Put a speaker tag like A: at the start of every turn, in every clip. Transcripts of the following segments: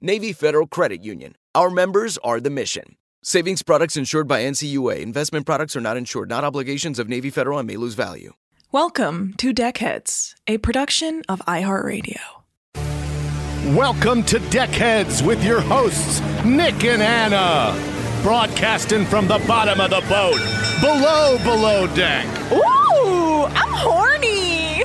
A: Navy Federal Credit Union. Our members are the mission. Savings products insured by NCUA. Investment products are not insured, not obligations of Navy Federal and may lose value.
B: Welcome to Deckheads, a production of iHeartRadio.
C: Welcome to Deckheads with your hosts, Nick and Anna. Broadcasting from the bottom of the boat, below, below deck.
D: Ooh, I'm horny.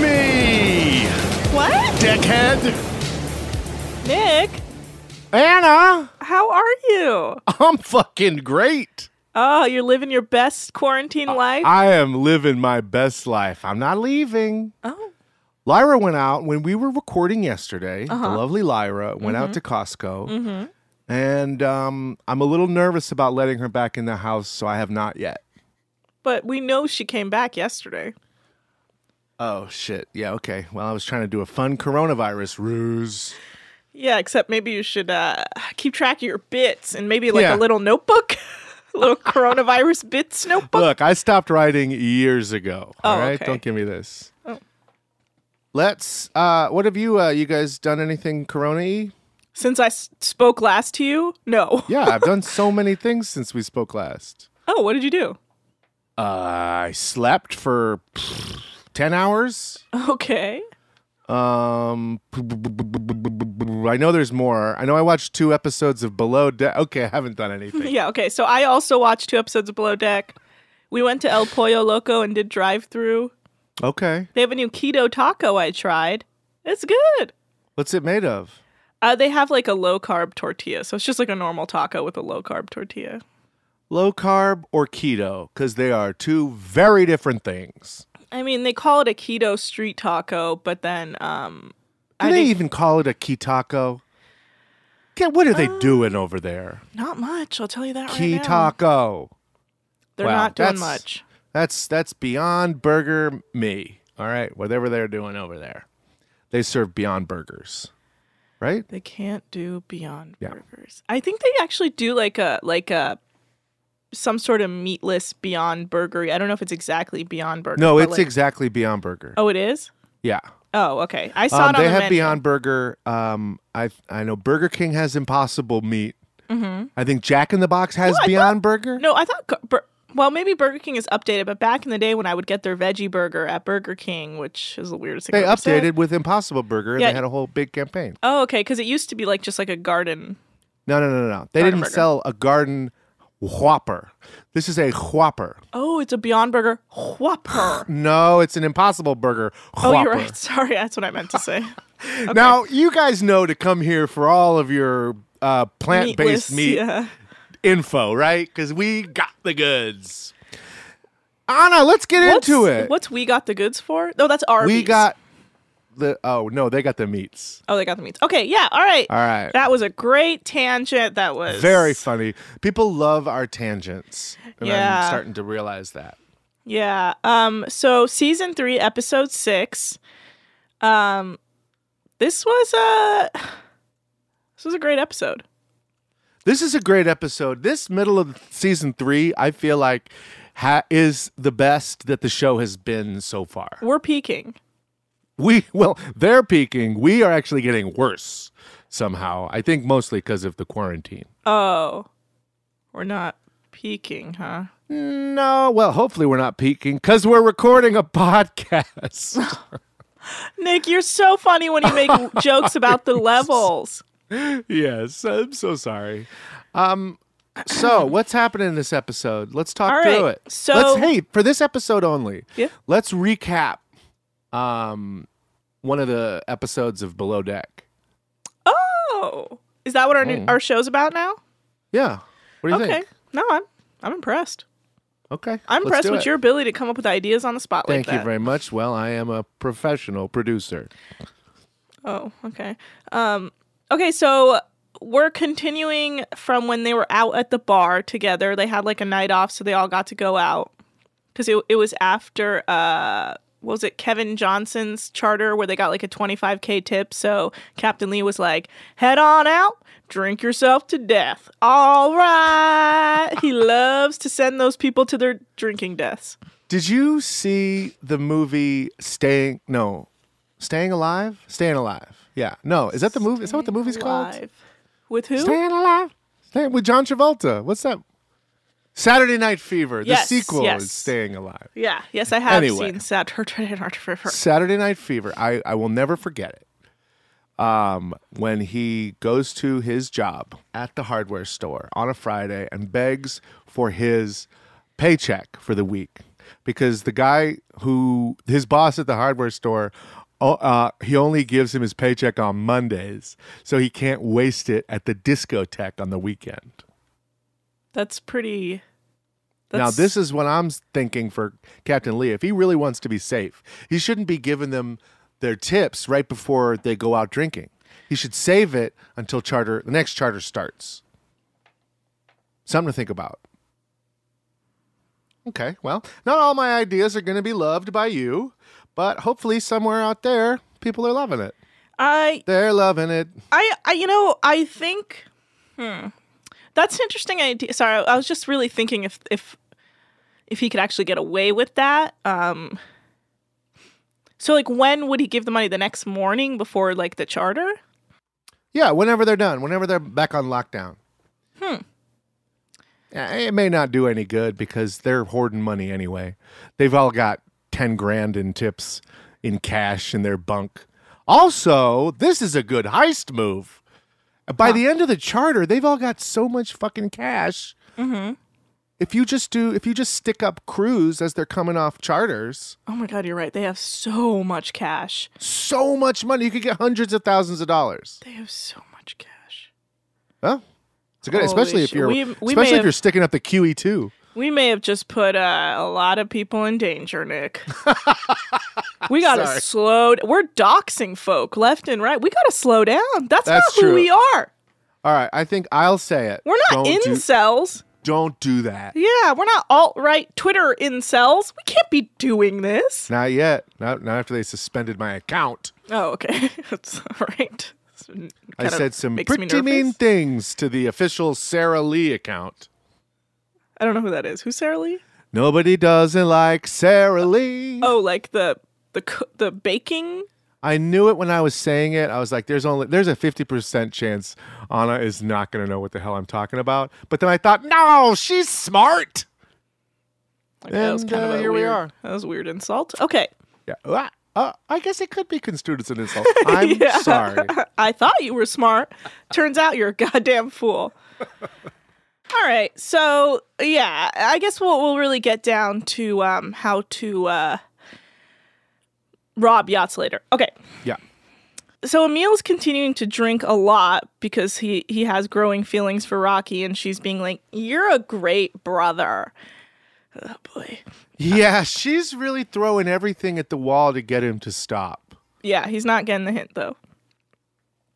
C: me.
D: What?
C: Deckhead,
B: Nick,
C: Anna,
B: how are you?
C: I'm fucking great.
B: Oh, you're living your best quarantine life?
C: I am living my best life. I'm not leaving.
B: oh,
C: Lyra went out when we were recording yesterday. The lovely Lyra went out to Costco. And um, I'm a little nervous about letting her back in the house, so I have not yet.
B: but we know she came back yesterday.
C: Oh, shit. Yeah, okay. Well, I was trying to do a fun coronavirus ruse.
B: Yeah, except maybe you should uh, keep track of your bits and maybe like
C: Yeah.
B: a little notebook, a little coronavirus bits notebook.
C: Look, I stopped writing years ago. All
B: Oh,
C: right?
B: okay. Oh.
C: Don't give me this. Let's, uh, what have you, uh, you guys done anything corona y?
B: Since I s- spoke last to you, no.
C: Yeah, I've done so many things since we spoke last.
B: Oh, what did you do?
C: Uh, I slept for pff, 10 hours.
B: Okay.
C: Um, I know there's more. I know I watched two episodes of Below Deck. Okay, I haven't done anything.
B: Yeah, okay. So I also watched two episodes of Below Deck. We went to El Pollo Loco and did drive through.
C: Okay,
B: They have a new keto taco I tried. It's good.
C: what's it made of?
B: Uh, they have like a low carb tortilla. So it's just like a normal taco with a low carb tortilla.
C: Low carb or keto? Because they are two very different things.
B: I mean, they call it a keto street taco, but then um,
C: Do
B: I
C: they
B: think-
C: even call it a kitaco? Yeah, what are they
B: Uh,
C: doing over there?
B: not much. I'll tell you that right now.
C: Kitaco.
B: They're
C: Wow,
B: not doing
C: that's-
B: much.
C: That's that's beyond burger me. All right, whatever they're doing over there, they serve beyond burgers, right?
B: They can't do Beyond
C: Yeah.
B: Burgers. I think they actually do like a like a some sort of meatless Beyond Burger. I don't know if it's exactly Beyond Burger.
C: No,
B: but
C: it's
B: like-
C: exactly beyond burger.
B: Oh, it is.
C: Yeah.
B: Oh, okay. I saw
C: Um,
B: it on
C: they
B: the
C: have
B: menu.
C: Beyond Burger. Um, I I know Burger King has Impossible Meat. I think Jack in the Box has
B: Mm-hmm. I
C: Beyond Burger.
B: No, I thought. Gu- Bur- well, maybe Burger King is updated, but back in the day when I would get their veggie burger at Burger King, which is the weirdest thing.
C: they
B: I've ever said.
C: updated with Impossible Burger, and
B: Yeah.
C: they had a whole big campaign.
B: Oh, okay. Because it used to be like just like a garden.
C: No, no, no, no. They
B: Garden
C: didn't
B: Burger.
C: sell a garden Whopper. This is a Whopper.
B: Oh, it's a Beyond Burger Whopper.
C: No, it's an Impossible Burger. Whopper.
B: Oh, you're right. Sorry, that's what I meant to say.
C: Now you guys know to come here for all of your uh,
B: Meatless,
C: plant-based meat
B: Yeah.
C: info, right? Because we got the goods. Anna, let's get
B: What's-
C: into it.
B: What's we got the goods for? No, that's Arby's.
C: we got the oh no, they got the meats.
B: Oh, they got the meats. Okay, yeah. All right.
C: All right.
B: That was a great tangent. That was
C: Very funny. People love our tangents. And I'm
B: Yeah.
C: starting to realize that.
B: Yeah. Um. So season three, episode six. Um, this was a this was a great episode.
C: This is a great episode. This middle of season three, I feel like, ha- is the best that the show has been so far.
B: We're peaking.
C: We well, they're peaking. We are actually getting worse somehow. I think mostly because of the quarantine.
B: Oh, we're not peaking, huh?
C: No, well, hopefully we're not peaking because we're recording a podcast.
B: Nick, you're so funny when you make jokes about the levels.
C: yes, I'm so sorry. Um, so what's happening in this episode? Let's talk
B: All
C: through
B: right,
C: it.
B: so-
C: let's hey for this episode only.
B: Yeah.
C: Let's recap. Um, one of the episodes of Below Deck.
B: Oh, is that what our new, our show's about now?
C: Yeah. What do you
B: okay.
C: think?
B: No, I'm I'm impressed.
C: Okay.
B: I'm
C: let's
B: impressed
C: do
B: with
C: it.
B: your ability to come up with ideas on the spot
C: Thank
B: like that.
C: you very much. Well, I am a professional producer.
B: Oh, okay. Um, okay, so we're continuing from when they were out at the bar together. They had like a night off, so they all got to go out because it, it was after uh, what was it Kevin Johnson's charter where they got like a twenty five k tip. So Captain Lee was like, "Head on out." Drink yourself to death. All right. He loves to send those people to their drinking deaths.
C: Did you see the movie Staying? No, Staying Alive. Staying Alive. Yeah. No, is that the movie? Is that what the movie's called?
B: Live. With who?
C: Staying Alive. Staying with John Travolta. What's that? Saturday Night Fever.
B: Yes,
C: the sequel
B: yes.
C: is Staying Alive.
B: Yeah. Yes, I have
C: Anyway.
B: seen Saturday Night Fever.
C: Saturday Night Fever. I, I will never forget it. Um, when he goes to his job at the hardware store on a Friday and begs for his paycheck for the week because the guy who his boss at the hardware store oh, uh, he only gives him his paycheck on Mondays so he can't waste it at the discotheque on the weekend.
B: That's pretty.
C: Now, this is what I'm thinking for Captain Lee. If he really wants to be safe, he shouldn't be giving them their tips right before they go out drinking. He should save it until charter the next charter starts. Something to think about. Okay, well, not all my ideas are going to be loved by you, but hopefully somewhere out there, people are loving it.
B: I,
C: They're loving it.
B: I, I, you know, I think. Hmm. That's an interesting idea. Sorry, I was just really thinking if if if he could actually get away with that. Um. So like, when would he give the money? The next morning before like the charter.
C: Yeah, whenever they're done, whenever they're back on lockdown. Hmm. It may not do any good because they're hoarding money anyway. They've all got 10 grand in tips in cash in their bunk. Also, this is a good heist move. By the end of the charter, they've all got so much fucking cash. Mm-hmm. If you just do, if you just stick up crews as they're coming off charters,
B: Oh my God, you're right. They have so much cash.
C: so much money you could get hundreds of thousands of dollars.
B: They have so much cash.
C: Well, it's a good, especially
B: Holy
C: if
B: shit.
C: you're,
B: We- we may
C: especially if
B: have-
C: you're sticking up the QE two.
B: We may have just put uh, a lot of people in danger, Nick. we gotta
C: Sorry.
B: slow. D- We're doxing folk left and right. We gotta slow down. That's,
C: That's
B: not who
C: true.
B: we are.
C: All right, I think I'll say it.
B: We're not
C: Don't do-
B: incels.
C: don't do that.
B: yeah, we're not alt right Twitter incels. We can't be doing this.
C: Not yet. Not not after they suspended my account.
B: Oh, okay. That's all right. It's n-
C: I
B: kinda
C: said some
B: makes me
C: pretty mean
B: nervous.
C: things to the official Sarah Lee account.
B: I don't know who that is. Who's Sarah Lee?
C: Nobody doesn't like Sarah Lee.
B: Oh, like the the co- the baking.
C: I knew it when I was saying it. I was like, "There's only there's a fifty percent chance Anna is not going to know what the hell I'm talking about." But then I thought, "No, she's smart."
B: Okay, that was
C: And,
B: kind of
C: uh,
B: a
C: here we
B: weird-
C: are.
B: That was a weird insult. Okay.
C: Yeah. Uh, uh, I guess it could be construed as an insult. I'm
B: Yeah.
C: sorry.
B: I thought you were smart. Turns out you're a goddamn fool. All right. So, yeah, I guess we'll, we'll really get down to um, how to uh, rob yachts later. Okay.
C: Yeah.
B: so Emil's continuing to drink a lot because he he has growing feelings for Rocky, and she's being like, "You're a great brother." Oh boy.
C: Yeah, she's really throwing everything at the wall to get him to stop.
B: Yeah, he's not getting the hint though.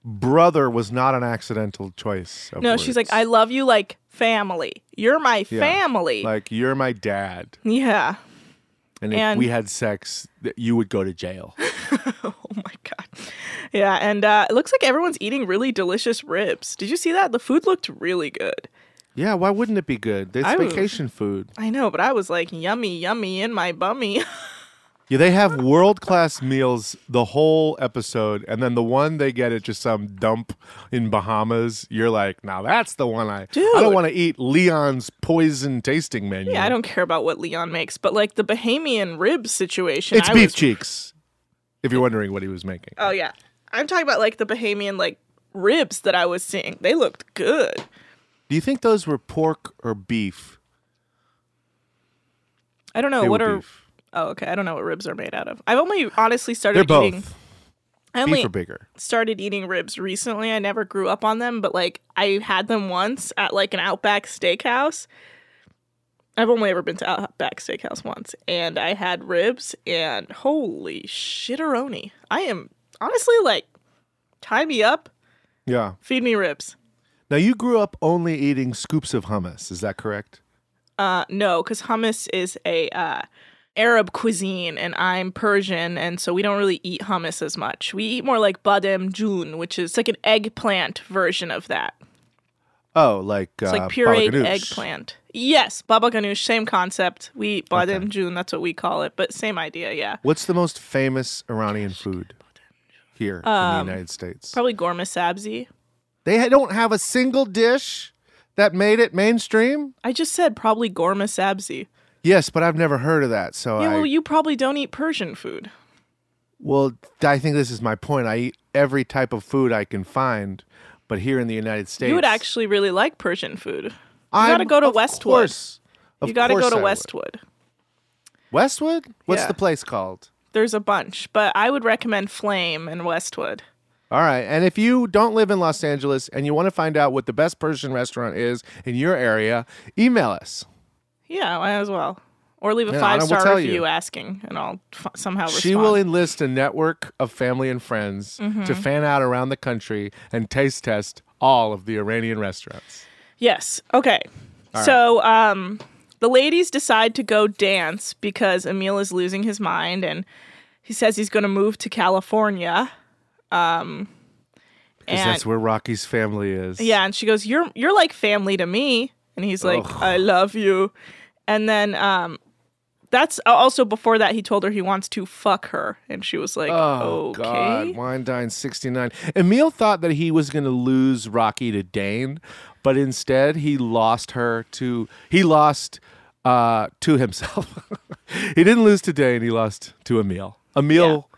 C: Brother was not an accidental choice. Of
B: No, she's like,
C: words.
B: "I love you like family. You're my
C: Oh, Yeah.
B: family."
C: Like, you're my dad.
B: yeah.
C: And if
B: And-
C: we had sex, th- you would go to jail.
B: Oh my god. Yeah, and uh, it looks like everyone's eating really delicious ribs. Did you see that? The food looked really good.
C: yeah, why wouldn't it be good? It's
B: I would-
C: vacation food.
B: I know, but I was like, "Yummy, yummy in my bummy."
C: Yeah, they have world class meals the whole episode, and then the one they get at just some dump in Bahamas. You're like, now that's the one I. I
B: Dude.
C: don't want to eat Leon's poison tasting menu.
B: yeah, I don't care about what Leon makes, but like the Bahamian rib situation.
C: It's
B: I
C: beef
B: was-
C: cheeks. If you're wondering what he was making,
B: Oh yeah, I'm talking about like the Bahamian like ribs that I was seeing. They looked good.
C: do you think those were pork or beef?
B: I don't know
C: They were
B: what are.
C: beef.
B: Oh okay, I don't know what ribs are made out of. I've only honestly started
C: They're both.
B: eating. I
C: Beef
B: only
C: or bigger.
B: started eating ribs recently. I never grew up on them, but like I had them once at like an Outback Steakhouse. I've only ever been to Outback Steakhouse once, and I had ribs, and holy shitteroni! I am honestly like, tie me up,
C: Yeah.
B: feed me ribs.
C: Now you grew up only eating scoops of hummus. Is that correct?
B: Uh, no, because hummus is a uh, Arab cuisine, and I'm Persian, and so we don't really eat hummus as much. We eat more like badem jun, which is like an eggplant version of that.
C: Oh, like
B: It's
C: uh,
B: like pureed
C: baba ganoush.
B: eggplant. Yes, baba ganoush, same concept. We eat badem jun, that's what we call it, but same idea, yeah.
C: What's the most famous Iranian food here
B: Um,
C: in the United States?
B: Probably gourmet sabzi.
C: They ha- don't have a single dish that made it mainstream.
B: I just said probably gourmet sabzi.
C: Yes, but I've never heard of that. So
B: yeah,
C: I
B: well, you probably don't eat Persian food.
C: well, I think this is my point. I eat every type of food I can find, but here in the United States,
B: You would actually really like Persian food. You
C: I
B: gotta go to Westwood.
C: Course, of
B: you gotta
C: course
B: go to
C: I would.
B: Westwood.
C: Westwood? What's
B: Yeah.
C: the place called?
B: There's a bunch, but I would recommend Flame and Westwood.
C: All right. And if you don't live in Los Angeles and you want to find out what the best Persian restaurant is in your area, email us.
B: Yeah, might as well. Or leave a
C: Yeah, I
B: five
C: will
B: star
C: tell
B: review
C: you.
B: asking, and I'll f- somehow respond. Mm-hmm.
C: She will enlist a network of family and friends to fan out around the country and taste test all of the Iranian restaurants.
B: Yes. Okay. so um, the ladies decide to go dance because Emil is losing his mind and he says he's going to move to California. Um,
C: Because
B: and
C: that's where Rocky's family is.
B: yeah, and she goes, "You're you're like family to me," and he's like, "I love you," and then um. That's also before that he told her he wants to fuck her, and she was like,
C: Oh,
B: "Okay."
C: God. Wine Dine 69. Emil thought that he was going to lose Rocky to Dane, but instead he lost her to, he lost uh, to himself. he didn't lose to Dane, he lost to Emil. Emil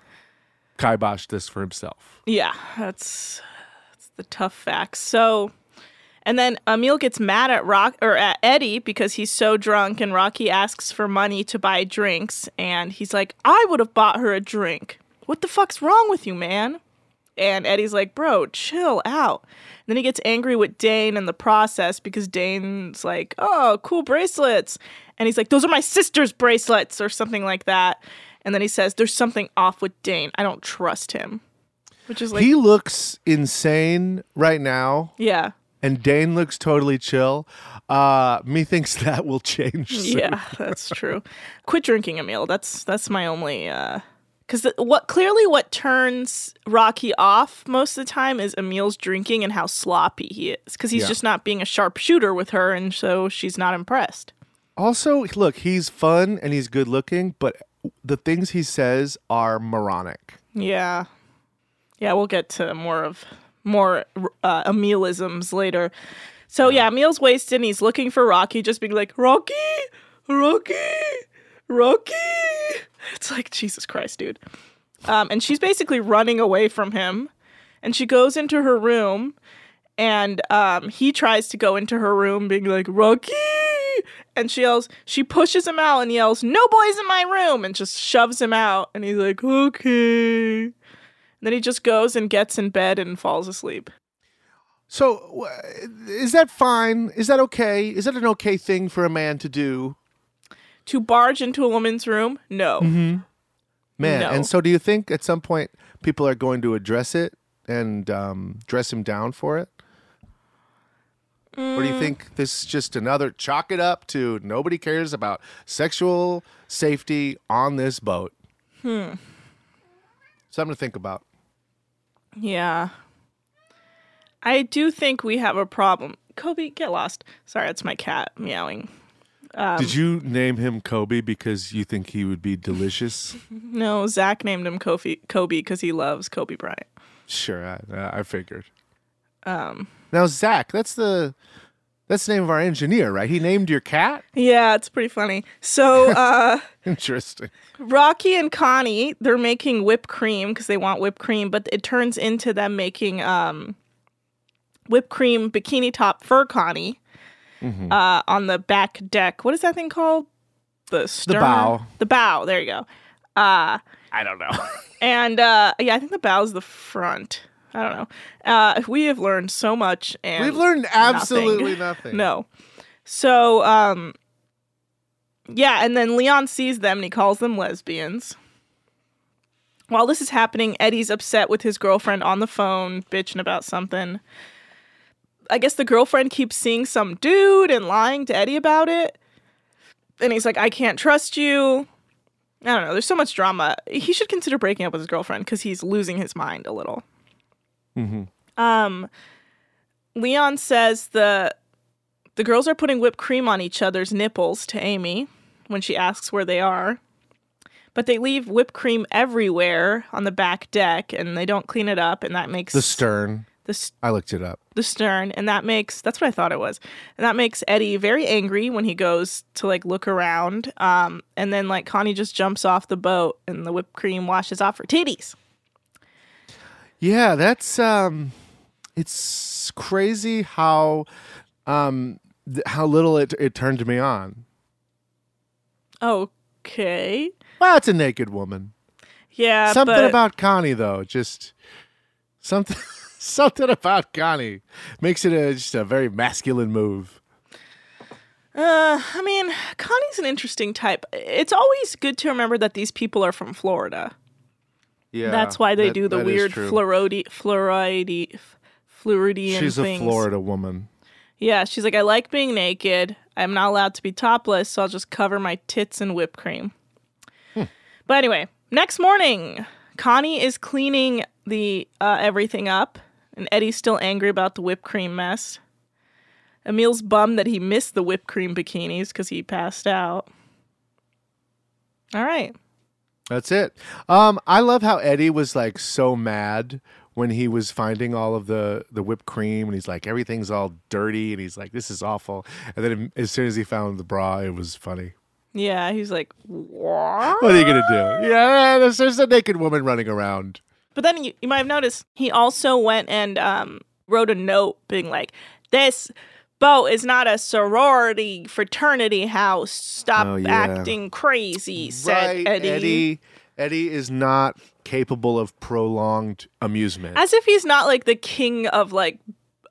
C: kiboshed this for himself.
B: Yeah, that's that's the tough facts. So, and then Emil gets mad at Rock or at Eddie because he's so drunk, and Rocky asks for money to buy drinks, and he's like, "I would have bought her a drink. What the fuck's wrong with you, man?" And Eddie's like, "Bro, chill out." And then he gets angry with Dane in the process because Dane's like, "Oh, cool bracelets," and he's like, "Those are my sister's bracelets," or something like that. And then he says, "There's something off with Dane. I don't trust him." Which is like
C: he looks insane right now.
B: yeah.
C: and Dane looks totally chill. Uh, methinks that will change. soon.
B: Yeah, that's true. Quit drinking, Emil. That's that's my only uh cuz what clearly what turns Rocky off most of the time is Emil's drinking and how sloppy he is cuz he's
C: Yeah.
B: just not being a sharp shooter with her and so she's not impressed.
C: Also, look, he's fun and he's good looking, but the things he says are moronic.
B: Yeah. Yeah, we'll get to more of more uh, Emilisms later. So yeah, Emil's wasted and he's looking for Rocky, just being like, Rocky, Rocky, Rocky. It's like, Jesus Christ, dude. Um, and she's basically running away from him. And she goes into her room and um, he tries to go into her room being like, Rocky. And she yells, she pushes him out and yells, No boys in my room, and just shoves him out. And he's like, Okay. And Then he just goes and gets in bed and falls asleep.
C: So, wh- is that fine? Is that okay? Is that an okay thing for a man to do?
B: To barge into a woman's room? No.
C: Man,
B: No.
C: and so do you think at some point people are going to address it and um, dress him down for it? Or do you think this is just another chalk it up to nobody cares about sexual safety on this boat? Hmm. Something to think about.
B: Yeah. I do think we have a problem. Kobe, get lost. Sorry, it's my cat meowing.
C: Did you name him Kobe because you think he would be delicious?
B: No, Zach named him Kofi, Kobe because he loves Kobe Bryant.
C: Sure, I, I figured. Um, now Zach, that's the that's the name of our engineer, right? He named your cat.
B: Yeah, it's pretty funny. So, uh,
C: Interesting.
B: Rocky and Connie, they're making whipped cream because they want whipped cream, but it turns into them making um, whipped cream bikini top for Connie
C: Mm-hmm.
B: uh, on the back deck. What is that thing called? The stern?
C: bow.
B: The bow. There you go. Uh,
C: I don't know.
B: and uh, yeah, I think the bow's the front. I don't know. Uh, we have learned so much, and
C: We've learned absolutely nothing.
B: no. So, um, yeah, and then Leon sees them and he calls them lesbians. While this is happening, Eddie's upset with his girlfriend on the phone, bitching about something. I guess the girlfriend keeps seeing some dude and lying to Eddie about it. And he's like, I can't trust you. I don't know. There's so much drama. He should consider breaking up with his girlfriend because he's losing his mind a little. Um, Leon says the the girls are putting whipped cream on each other's nipples to Amy when she asks where they are. But they leave whipped cream everywhere on the back deck and they don't clean it up and that makes
C: The stern.
B: the, s-
C: I looked it up.
B: the stern and that makes that's what I thought it was. And that makes Eddie very angry when he goes to like look around. Um and then like Connie just jumps off the boat and the whipped cream washes off her titties.
C: Yeah, that's um, it's crazy how um th- how little it it turned me on.
B: Okay.
C: Well, it's a naked woman.
B: Yeah,
C: something
B: but-
C: about Connie though, just something something about Connie makes it a, just a very masculine move.
B: Uh, I mean, Connie's an interesting type. It's always good to remember that these people are from Florida.
C: Yeah,
B: That's why they
C: that-
B: do the
C: that is
B: weird
C: true.
B: Floridi, Floridi, Floridian
C: She's
B: things.
C: a Florida woman.
B: Yeah, she's like, I like being naked. I'm not allowed to be topless, so I'll just cover my tits in whipped cream. But anyway, next morning, Connie is cleaning the uh, everything up, and Eddie's still angry about the whipped cream mess. Emil's bummed that he missed the whipped cream bikinis because he passed out. All right.
C: That's it. Um, I love how Eddie was like so mad when he was finding all of the the whipped cream, and he's like, everything's all dirty, and he's like, this is awful. And then as soon as he found the bra, it was funny.
B: Yeah, he's like, what?
C: What are you gonna
B: Oh.
C: do? Yeah, there's, there's a naked woman running around.
B: But then you, you might have noticed he also went and um, wrote a note being like, this boat is not a sorority fraternity house. Stop
C: Oh, yeah.
B: acting crazy, said
C: right,
B: Eddie.
C: Eddie. Eddie is not capable of prolonged amusement.
B: As if he's not like the king of like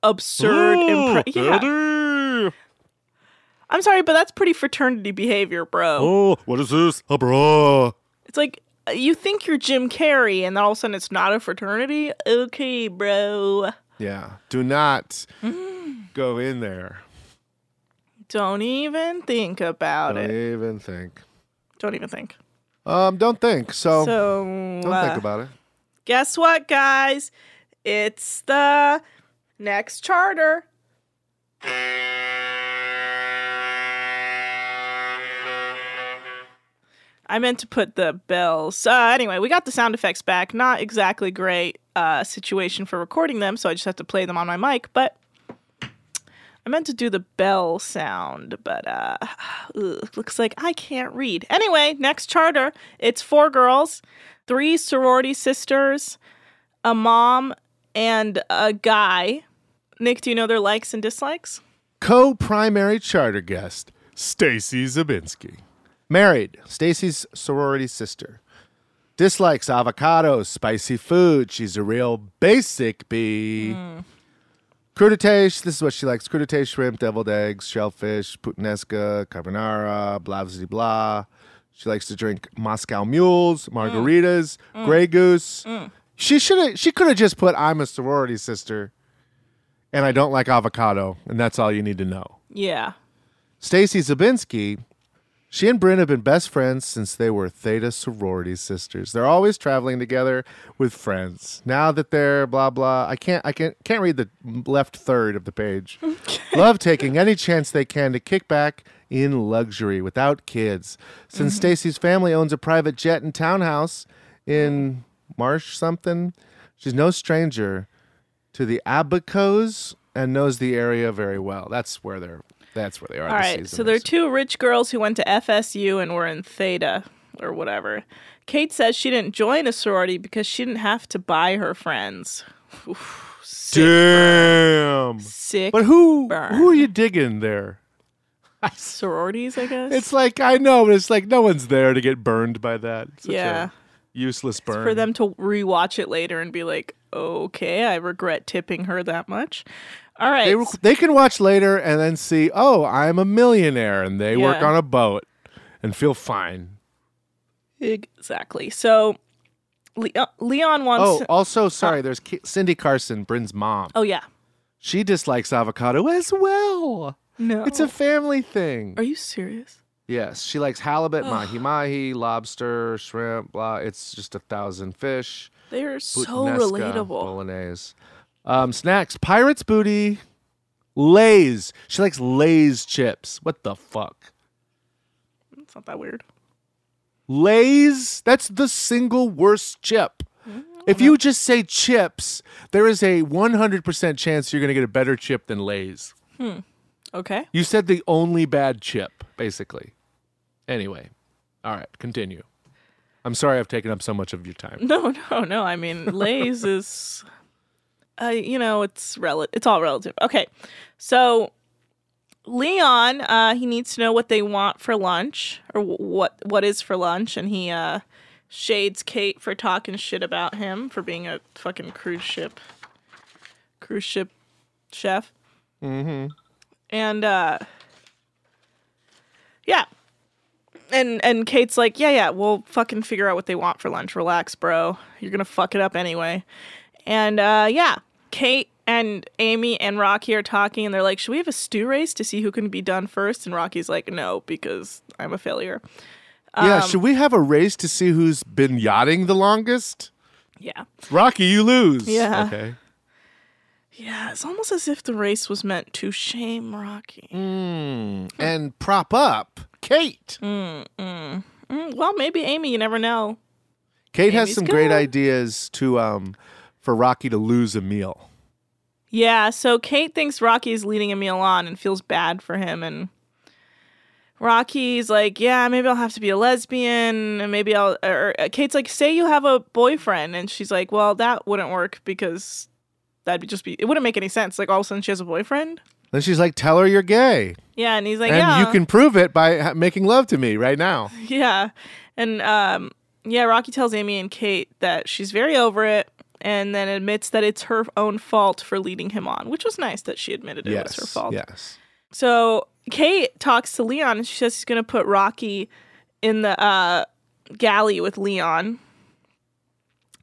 B: absurd impre- yeah.
C: Eddie!
B: I'm sorry, but that's pretty fraternity behavior, bro.
C: Oh, what is this? A bra.
B: It's like uh, you think you're Jim Carrey and then all of a sudden it's not a fraternity? Okay, bro.
C: Yeah. Do not
B: Mm.
C: go in there.
B: Don't even think about
C: Don't e-
B: it.
C: even think.
B: Don't even think.
C: Um, don't think. So,
B: so
C: don't
B: uh,
C: think about it.
B: guess what, guys? It's the next charter. I meant to put the bells. Uh, anyway, we got the sound effects back. Not exactly great uh, situation for recording them, so I just have to play them on my mic. But I meant to do the bell sound, but uh, ugh, looks like I can't read. Anyway, next charter. It's four girls three sorority sisters, a mom, and a guy. Nick, do you know their likes and dislikes?
C: Co-primary charter guest Stacy Zabinski, married Stacy's sorority sister. Dislikes avocados, spicy food. She's a real basic bee. Crudités, this is what she likes. Crudité, shrimp, deviled eggs, shellfish, puttanesca, carbonara, blah, blah, blah. She likes to drink Moscow mules, margaritas, Grey Goose. She should have. She could have just put, "I'm a sorority sister, and I don't like avocado," and that's all you need to know.
B: Yeah.
C: Stacy Zabinski, she and Bryn have been best friends since they were Theta sorority sisters. They're always traveling together with friends. Now that they're blah blah, I can't I can't can't read the left third of the page. Love taking any chance they can to kick back in luxury without kids. Since
B: Mm-hmm.
C: Stacy's family owns a private jet and townhouse in Marsh something, she's no stranger to the Abacos and knows the area very well. That's where they're. That's where they are.
B: All right. So there are two rich girls who went to FSU and were in Theta or whatever. Kate says she didn't join a sorority because she didn't have to buy her friends. Oof, sick,
C: Damn.
B: sick.
C: But who
B: burn.
C: who are you digging there?
B: sororities? I guess
C: It's like I know, but it's like no one's there to get burned by that. It's such a
B: Yeah.
C: useless burn.
B: for them to rewatch it later and be like, "Okay, I regret tipping her that much." All right.
C: They, they can watch later and then see, oh, I'm a millionaire, and they work
B: Yeah.
C: on a boat and feel fine.
B: Exactly. So Leo- Leon wants.
C: Oh, also, sorry, there's Ki- Cindy Carson, Bryn's mom.
B: uh, Oh, yeah.
C: She dislikes avocado as well.
B: No.
C: It's a family thing.
B: Oh. Are you serious?
C: Yes, she likes halibut, mahi mahi, lobster, shrimp, blah. It's just a thousand fish.
B: They are so
C: puttanesca,
B: relatable.
C: Bolognese. Um, snacks: Pirates booty, Lay's. She likes Lay's chips. What the fuck?
B: It's not that weird.
C: Lay's. That's the single worst chip.
B: Mm,
C: If you just say chips, there is a 100% chance you're going to get a better chip than Lay's.
B: Okay.
C: You said the only bad chip, basically. Anyway, all right, continue. I'm sorry I've taken up so much of your time.
B: No, no, no. I mean, Lay's is, uh, you know, it's rel- It's all relative. Okay, so Leon, uh, he needs to know what they want for lunch or wh- what what is for lunch, and he uh, shades Kate for talking shit about him for being a fucking cruise ship cruise ship chef. Mm-hmm. And uh, yeah, and and Kate's like, yeah, yeah, we'll fucking figure out what they want for lunch. Relax, bro. You're gonna fuck it up anyway. And uh, yeah, Kate and Amy and Rocky are talking, and they're like, should we have a stew race to see who can be done first? And Rocky's like, no, because I'm a failure. Um,
C: yeah, should we have a race to see who's been yachting the longest?
B: Yeah,
C: Rocky, you lose.
B: Yeah.
C: Okay.
B: yeah. It's almost as if the race was meant to shame Rocky.
C: Mm. And prop up Kate.
B: Mm, well, maybe Amy. You never know.
C: Kate has
B: Amy's
C: some great
B: good.
C: ideas to um for Rocky to lose a meal.
B: Yeah, so Kate thinks Rocky's leading Emil on and feels bad for him. And Rocky's like, Yeah, maybe I'll have to be a lesbian. And maybe I'll. Or or- Kate's like, Say you have a boyfriend. And she's like, Well, that wouldn't work because that'd be just be. It wouldn't make any sense. Like, all of a sudden she has a boyfriend.
C: Then she's like, "Tell her you're gay,
B: Yeah, and he's like,
C: and
B: Yeah.
C: you can prove it by ha- making love to me right now."
B: Yeah. And um yeah, Rocky tells Amy and Kate that she's very over it and then admits that it's her own fault for leading him on, which was nice that she admitted it was her fault.
C: Yes.
B: So Kate talks to Leon and she says she's going to put Rocky in the uh, galley with Leon.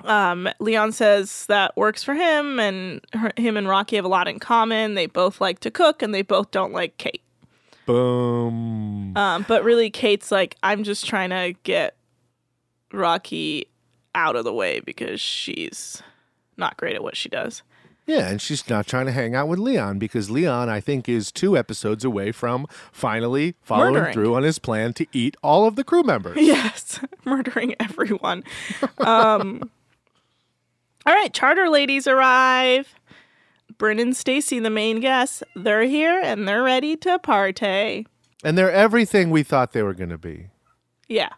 B: Um, Leon says that works for him, and her, him and Rocky have a lot in common. They both like to cook and they both don't like Kate.
C: Boom.
B: Um, but really, Kate's like, I'm just trying to get Rocky out of the way because she's not great at what she does.
C: Yeah, and she's not trying to hang out with Leon because Leon, I think, is two episodes away from finally following
B: Murdering.
C: through on his plan to eat all of the crew members.
B: Yes, murdering everyone. Um, all right, charter ladies arrive. Bryn and Stacy, the main guests, they're here and they're ready to partay.
C: And they're everything we thought they were going to be.
B: Yeah.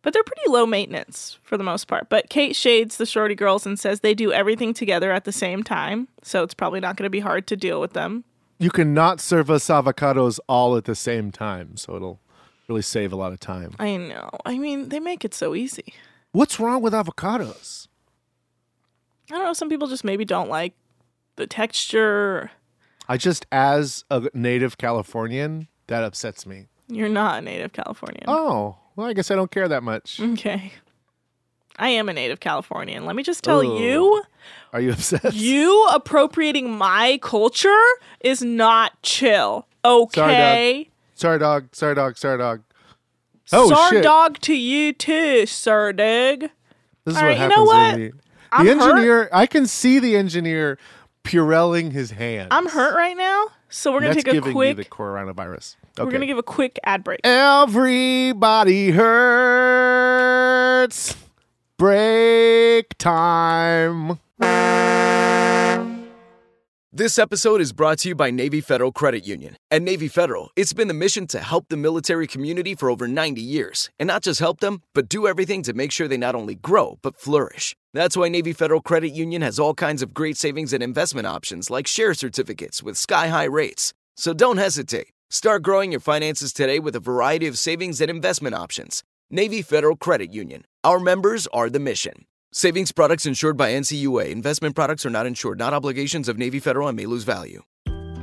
B: But they're pretty low maintenance for the most part. But Kate shades the shorty girls and says they do everything together at the same time. So it's probably not going to be hard to deal with them.
C: You cannot serve us avocados all at the same time, so it'll really save a lot of time.
B: I know. I mean, they make it so easy.
C: What's wrong with avocados?
B: I don't know. Some people just maybe don't like the texture.
C: I just, as a native Californian, that upsets me.
B: You're not a native Californian.
C: Oh, well, I guess I don't care that much.
B: Okay. I am a native Californian. Let me just tell
C: Ooh.
B: you,
C: Are you obsessed?
B: you appropriating my culture is not chill. Okay.
C: sorry, dog. Sorry, dog. Sorry, dog. Oh,
B: Sar
C: shit.
B: dog to you too, sir dig.
C: This is
B: All
C: what
B: right, you
C: happens
B: know
C: when
B: what?
C: we-
B: I'm
C: the
B: hurt.
C: engineer. I can see the engineer purelling his hand.
B: I'm hurt right now, so we're gonna
C: That's
B: take a
C: giving
B: quick.
C: you the coronavirus.
B: We're gonna give a quick ad break.
C: everybody hurts. Break time.
A: This episode is brought to you by Navy Federal Credit Union. At Navy Federal, it's been the mission to help the military community for over 90 years, and not just help them, but do everything to make sure they not only grow, but flourish. That's why Navy Federal Credit Union has all kinds of great savings and investment options like share certificates with sky high rates. So don't hesitate. Start growing your finances today with a variety of savings and investment options. Navy Federal Credit Union. Our members are the mission. Savings products insured by NCUA. Investment products are not insured, not obligations of Navy Federal and may lose value.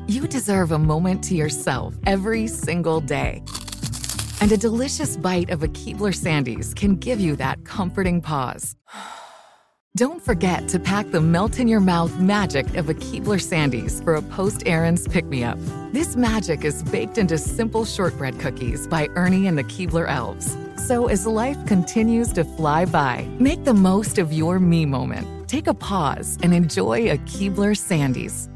E: You deserve a moment to yourself every single day. And a delicious bite of a Keebler Sandies can give you that comforting pause. Don't forget to pack the melt in your mouth magic of a Keebler Sandies for a post errands pick me up. This magic is baked into simple shortbread cookies by Ernie and the Keebler Elves. So as life continues to fly by, make the most of your me moment. Take a pause and enjoy a Keebler Sandies.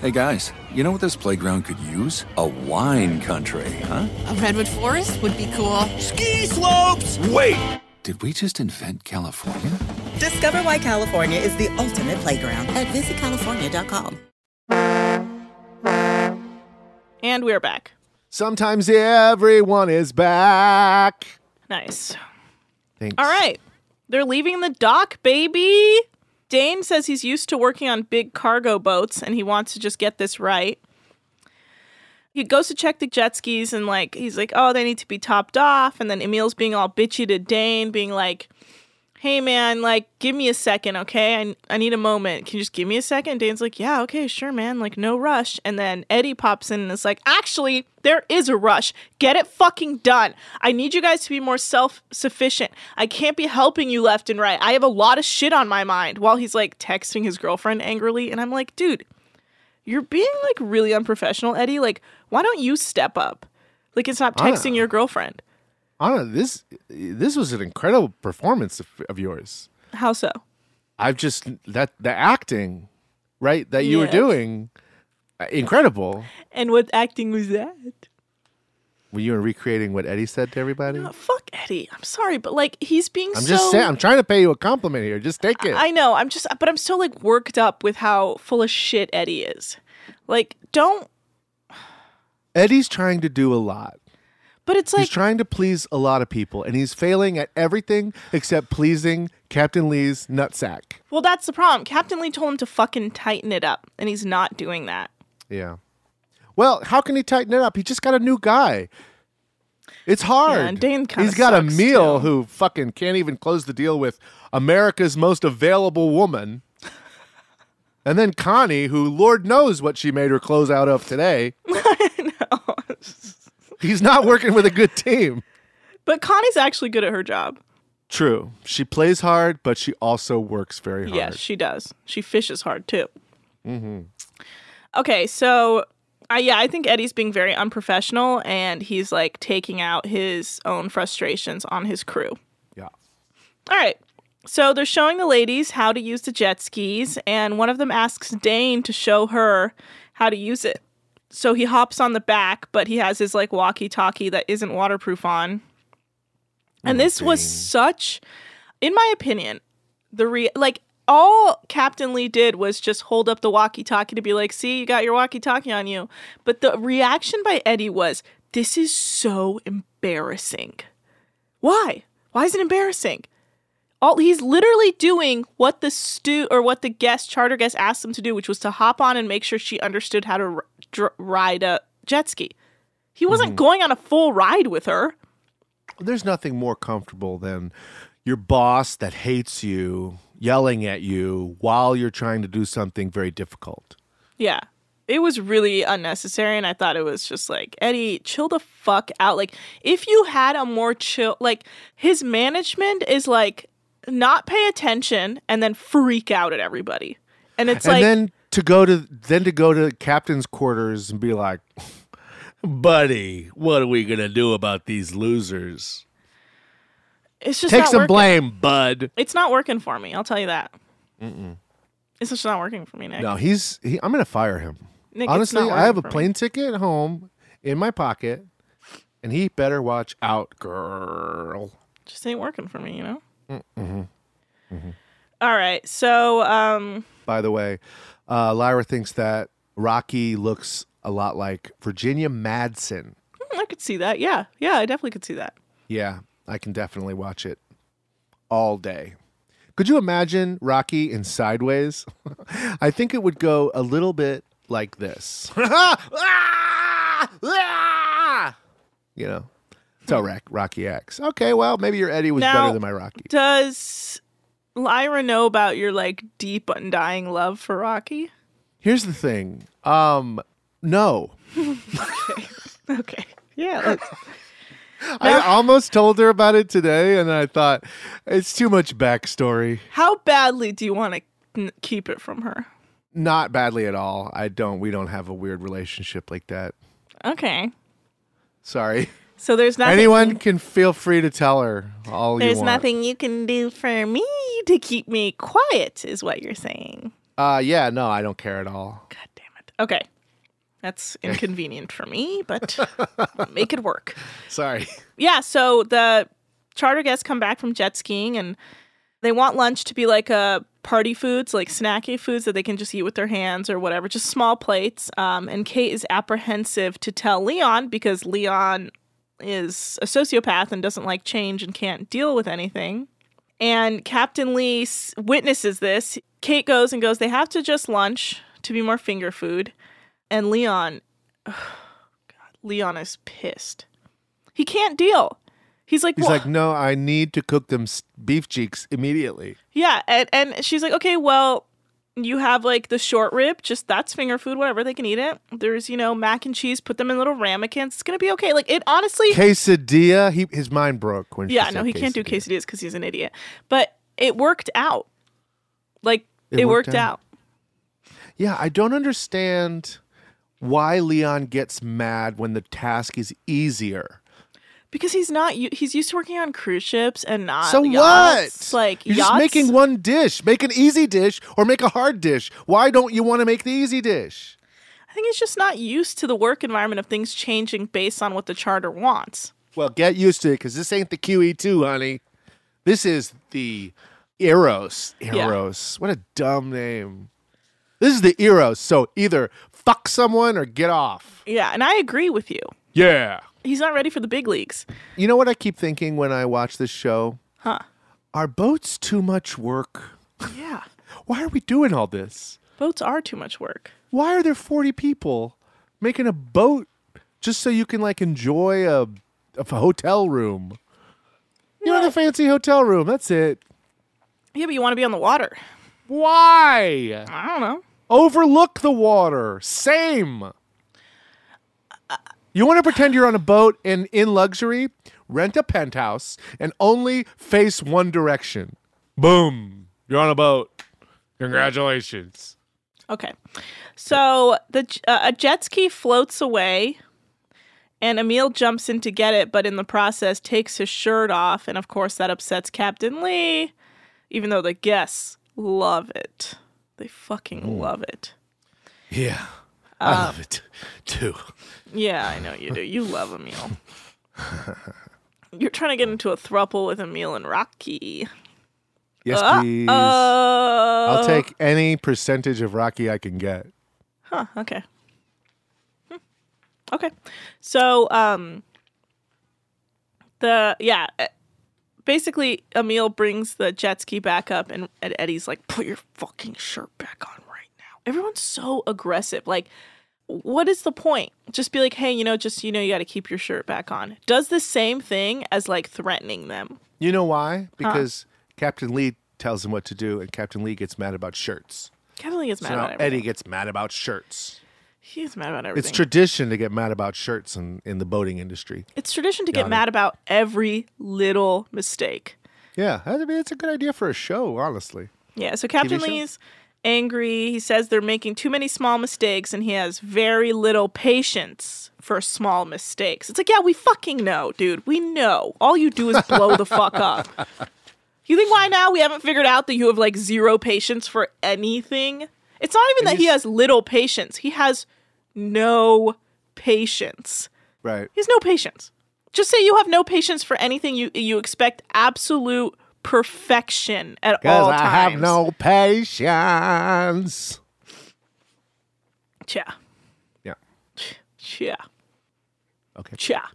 F: Hey guys, you know what this playground could use? A wine country, huh?
G: A redwood forest would be cool.
F: Ski slopes! Wait! Did we just invent California?
H: Discover why California is the ultimate playground at visitcalifornia.com.
B: And we're back.
C: Sometimes everyone is back.
B: Nice.
C: Thanks.
B: All right. They're leaving the dock, baby. Dane says he's used to working on big cargo boats and he wants to just get this right. He goes to check the jet skis and, like, he's like, oh, they need to be topped off. And then Emil's being all bitchy to Dane, being like, hey, man, like, give me a second, okay? I, I need a moment. Can you just give me a second? Dane's like, yeah, okay, sure, man. Like, no rush. And then Eddie pops in and is like, actually, there is a rush. Get it fucking done. I need you guys to be more self sufficient. I can't be helping you left and right. I have a lot of shit on my mind while he's like texting his girlfriend angrily. And I'm like, dude, you're being like really unprofessional, Eddie. Like, why don't you step up? Like, and stop
C: I don't
B: texting
C: know.
B: your girlfriend.
C: Anna, this this was an incredible performance of, of yours.
B: How so?
C: I've just that the acting, right? That you were
B: Yes.
C: doing, uh, incredible.
B: And what acting was that?
C: Were you recreating what Eddie said to everybody?
B: Oh, fuck Eddie. I'm sorry, but like he's being
C: I'm
B: so.
C: just saying. I'm trying to pay you a compliment here. Just take it.
B: I know. I'm just, but I'm so like worked up with how full of shit Eddie is. Like, don't.
C: Eddie's trying to do a lot.
B: But it's
C: he's
B: like,
C: trying to please a lot of people, and he's failing at everything except pleasing Captain Lee's nutsack.
B: well, that's the problem. Captain Lee told him to fucking tighten it up, and he's not doing that.
C: Yeah. Well, how can he tighten it up? He just got a new guy. It's hard.
B: and Dane kinda
C: He's got a
B: sucks,
C: meal
B: too.
C: who fucking can't even close the deal with America's most available woman. and then Connie, who Lord knows what she made her close out of today. He's not working with a good team.
B: But Connie's actually good at her job.
C: True. She plays hard, but she also works very hard. Mm-hmm.
B: Yes, she does. She fishes hard too. Okay, so I yeah, I think Eddie's being very unprofessional, and he's like taking out his own frustrations on his crew.
C: Yeah.
B: All right. So they're showing the ladies how to use the jet skis, and one of them asks Dane to show her how to use it. So he hops on the back, but he has his like walkie talkie that isn't waterproof on. And this was such, in my opinion, the re like all Captain Lee did was just hold up the walkie talkie to be like, see, you got your walkie talkie on you. But the reaction by Eddie was, this is so embarrassing. Why? Why is it embarrassing? All he's literally doing what the stu or what the guest charter guest asked him to do, which was to hop on and make sure she understood how to r-
C: Mm-hmm.
B: dr- ride a jet ski. He wasn't going on a full ride with her.
C: there's nothing more comfortable than your boss that hates you yelling at you while you're trying to do something very difficult.
B: Yeah. It was really unnecessary and I thought it was just like, Eddie, chill the fuck out. Like if you had a more chill like his management is like not pay attention and then freak out at everybody. And it's
C: and
B: like
C: then to go to then to go to captain's quarters and be like, "Buddy, what are we gonna do about these losers?
B: it's just
C: Take
B: not
C: some
B: working.
C: blame, bud."
B: It's not working for me, I'll tell you that.
C: Mm-mm.
B: It's just not working for me, Nick.
C: No, he's. He, I'm gonna fire him.
B: Nick, it's
C: Honestly,
B: not
C: I have a
B: working for me.
C: plane ticket home in my pocket, and he better watch out, girl.
B: just ain't working for me, you know?
C: hmm
B: All right. So um
C: By the way, uh, Lyra thinks that Rocky looks a lot like Virginia Madsen.
B: hmm, I could see that. Yeah. Yeah, I definitely could see that.
C: Yeah, I can definitely watch it all day. Could you imagine Rocky in Sideways? I think it would go a little bit like this. you know, it's all Rock- Rocky acts. Okay, well, maybe your Eddie was
B: Now-
C: better than my Rocky.
B: Does Lyra know about your like deep undying love for Rocky?
C: Here's the thing. Um, no,
B: Okay. Yeah. let's-
C: I almost told her about it today, and I thought it's too much backstory.
B: How badly do you want to keep it from her?
C: Not badly at all. I don't. We don't have a weird relationship like that.
B: Okay.
C: Sorry.
B: So there's nothing.
C: Anyone can feel free to tell her all you
B: There's
C: want.
B: nothing you can do for me to keep me quiet, is what you're saying.
C: Uh, yeah, no, I don't care at all.
B: Okay. That's inconvenient for me, but make it work.
C: Sorry.
B: yeah, so the charter guests come back from jet skiing and they want lunch to be like a party foods, like snacky foods that they can just eat with their hands or whatever, just small plates. Um, and Kate is apprehensive to tell Leon because Leon is a sociopath and doesn't like change and can't deal with anything. And Captain Lee s- witnesses this. Kate goes and goes, they have to just lunch to be more finger food. And Leon, God, Leon is pissed. He can't deal. He's like,
C: He's
B: "Well,
C: like, no, I need to cook them s- beef cheeks immediately.
B: yeah, and, and she's like, okay, well, you have like the short rib, just that's finger food, whatever they can eat it. There's you know mac and cheese, put them in little ramekins. It's gonna be okay. Like it honestly,
C: Quesadilla. He his mind broke when. she
B: yeah, no,
C: said
B: he can't do quesadillas because he's an idiot. But it worked out. Like
C: It
B: it,
C: worked
B: worked,
C: out.
B: out.
C: Yeah, I don't understand why Leon gets mad when the task is easier.
B: because he's not. u- He's used to working on cruise ships and not.
C: so
B: yachts.
C: what?
B: Like
C: You're
B: yachts.
C: just making one dish. Make an easy dish or make a hard dish. Why don't you want to make the easy dish?
B: I think he's just not used to the work environment of things changing based on what the charter wants.
C: Well, get used to it because this ain't the QE2, honey. This is the Eros.
B: Yeah.
C: Eros. What a dumb name. This is the Eros. So either fuck someone or get off.
B: Yeah, and I agree with you.
C: Yeah.
B: He's not ready for the big leagues,
C: You know what I keep thinking when I watch this show?
B: huh?
C: Are boats too much work?
B: Yeah.
C: Why are we doing all this?
B: Boats are too much work.
C: Why are there 40 people making a boat just so you can like enjoy a, a hotel room? You want a fancy hotel room. That's it.
B: Yeah, but you want to be on the water.
C: Why?
B: I don't know.
C: Overlook the water. Same. You want to pretend you're on a boat and in luxury? Rent a penthouse and only face one direction. Boom. You're on a boat. Congratulations.
B: Okay. So the j- uh, a jet ski floats away and Emil jumps in to get it, but in the process takes his shirt off and of course that upsets Captain Lee even though the guests love it. They fucking love it.
C: Yeah. I love it too.
B: Yeah, I know you do. You love Emil. You're trying to get into a thruple with Emil and Rocky.
C: Yes,
B: Uh,
C: please.
B: Oh.
C: I'll take any percentage of Rocky I can get.
B: Huh, okay. Hmm. Okay. So, um the yeah, eh, basically Emil brings the jet ski back up and, and Eddie's like, "Put your fucking shirt back on right now." Everyone's so aggressive. Like what is the point? Just be like, hey, you know, just you know, you got to keep your shirt back on. Does the same thing as like threatening them.
C: You know why? Because Captain Lee tells him what to do, and Captain Lee gets mad about shirts.
B: Kevin Lee gets
C: So
B: mad
C: now
B: about everything.
C: Eddie gets mad about shirts.
B: He's mad about everything.
C: It's tradition to get mad about shirts in, in the boating industry.
B: It's tradition to
C: Got
B: get
C: it.
B: mad about every little mistake.
C: Yeah, I mean, it's a good idea for a show, honestly.
B: Yeah, so
C: TV
B: Captain
C: show?
B: Lee's angry. He says they're making too many small mistakes and he has very little patience for small mistakes. It's like, yeah, we fucking know, dude. We know. All you do is blow the fuck up. You think why now we haven't figured out that you have like zero patience for anything? It's not even that he has little patience. He has no patience.
C: Right.
B: He has no patience. Just say you have no patience for anything. You you expect absolute perfection at
C: Because
B: all
C: I
B: times.
C: have no patience.
B: Yeah.
C: Yeah.
B: Yeah.
C: Okay.
B: Yeah.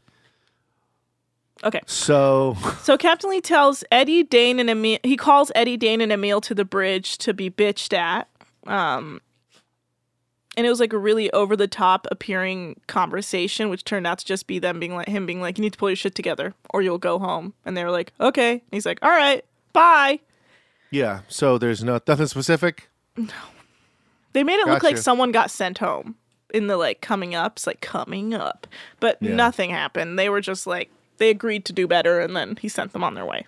B: Okay.
C: So,
B: So Captain Lee tells Eddie, Dane, and Emil. He calls Eddie, Dane, and Emil to the bridge to be bitched at. Um, and it was like a really over the top appearing conversation, which turned out to just be them being like him being like, "You need to pull your shit together, or you'll go home." And they were like, "Okay." And he's like, "All right, bye."
C: yeah, so there's no, nothing specific.
B: They made it look like
C: Gotcha.
B: someone got sent home in the like coming ups, like coming up, but
C: Yeah.
B: nothing happened. They were just like they agreed to do better, and then he sent them on their way.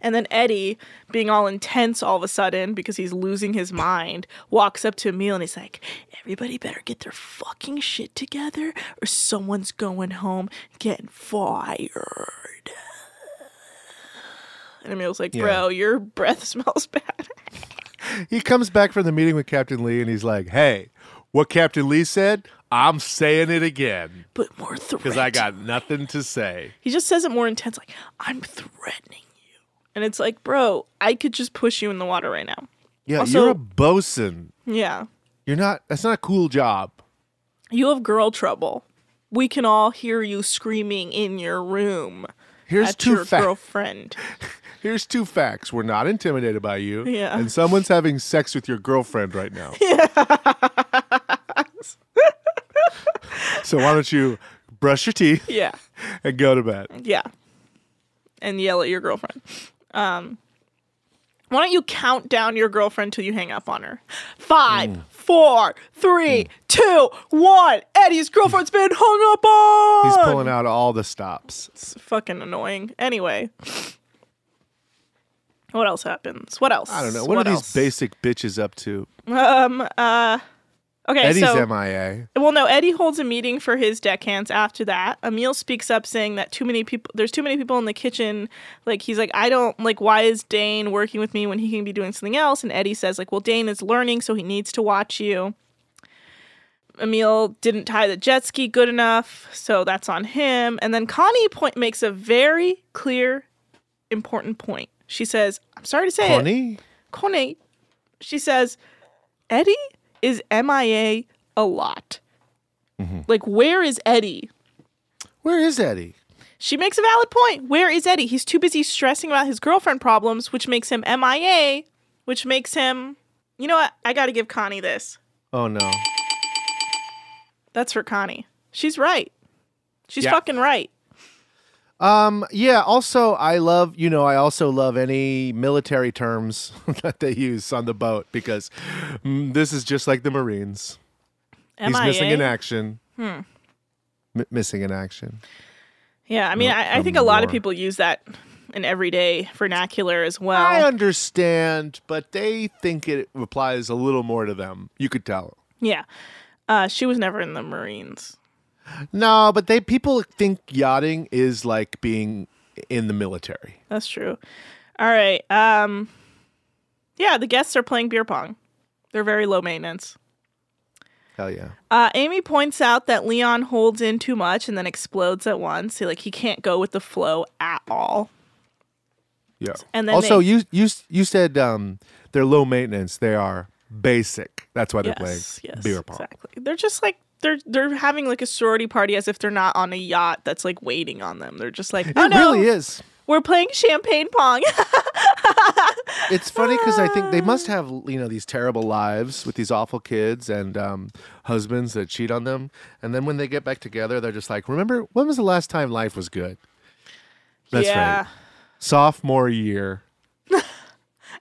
B: And then Eddie, being all intense all of a sudden because he's losing his mind, walks up to Emil and he's like, "Everybody better get their fucking shit together, or someone's going home getting fired." And Emil's like,
C: Yeah.
B: "Bro, your breath smells bad."
C: He comes back from the meeting with Captain Lee and he's like, hey, what Captain Lee said, I'm saying it again.
B: But more
C: Because I got nothing to say.
B: He just says it more intense, like, I'm threatening you. And it's like, bro, I could just push you in the water right now.
C: Yeah,
B: Also-
C: you're a bosun.
B: Yeah.
C: You're not, that's not a cool job.
B: You have girl trouble. We can all hear you screaming in your room.
C: Here's
B: at
C: two
B: your
C: fac-
B: girlfriend.
C: Here's two facts. We're not intimidated by you.
B: Yeah.
C: And someone's having sex with your girlfriend right now. so why don't you brush your teeth
B: Yeah.
C: and go to bed?
B: Yeah. And yell at your girlfriend. Um why don't you count down your girlfriend till you hang up on her? Five,
C: Mm.
B: four, three, two, one. Eddie's girlfriend's been hung up on.
C: He's pulling out all the stops.
B: It's fucking annoying. Anyway, what else happens? What else?
C: I don't know. What, are these basic bitches up to?
B: these? Um. Uh. Okay.
C: Eddie's
B: so.
C: MIA.
B: Well, no. Eddie holds a meeting for his deckhands. After that, Emil speaks up, saying that too many people. There's too many people in the kitchen. Like he's like, I don't like. Why is Dane working with me when he can be doing something else? And Eddie says like, Well, Dane is learning, so he needs to watch you. Emil didn't tie the jet ski good enough, so that's on him. And then Connie point makes a very clear, important point. She says, "I'm sorry to say it,
C: Connie?
B: Connie." She says, "Eddie is MIA a lot.
C: Mm-hmm.
B: Like, where is Eddie?"
C: Where is Eddie?
B: She makes a valid point. Where is Eddie? He's too busy stressing about his girlfriend problems, which makes him MIA, which makes him. You know what? I got to give Connie this.
C: Oh, no.
B: That's for Connie. She's right. She's
C: Yeah.
B: fucking right.
C: Um, yeah, also, I love, you know, I also love any military terms that they use on the boat because mm, this is just like the Marines. He's missing
B: MIA?
C: in action.
B: eh? Hmm.
C: M- missing in action.
B: Yeah, I mean,
C: Not
B: I, I
C: a
B: think a lot of
C: war.
B: people use that in everyday vernacular as well.
C: I understand, but they think it applies a little more to them. You could tell.
B: yeah. Uh, she was never in the Marines.
C: No, but they people think yachting is like being in the military.
B: That's true. All right. Um, yeah, the guests are playing beer pong. They're very low maintenance.
C: Hell yeah.
B: Uh, Amy points out that Leon holds in too much and then explodes at once. He, like he can't go with the flow at all.
C: Yeah.
B: And then
C: also
B: they-
C: you you you said um they're low maintenance. They are basic. That's why they're
B: Yes,
C: playing
B: yes,
C: beer pong.
B: Exactly. They're just like they're they're having like a sorority party as if they're not on a yacht that's like Oh, waiting on them. They're just like, oh
C: It
B: no,
C: really is.
B: we're playing champagne pong.
C: it's funny because I think they must
B: Ah.
C: have you know these terrible lives with these awful kids and um, husbands that cheat on them, and then when they get back together, they're just like, "Remember when was the last time life was good?" That's
B: Yeah.
C: right, sophomore year.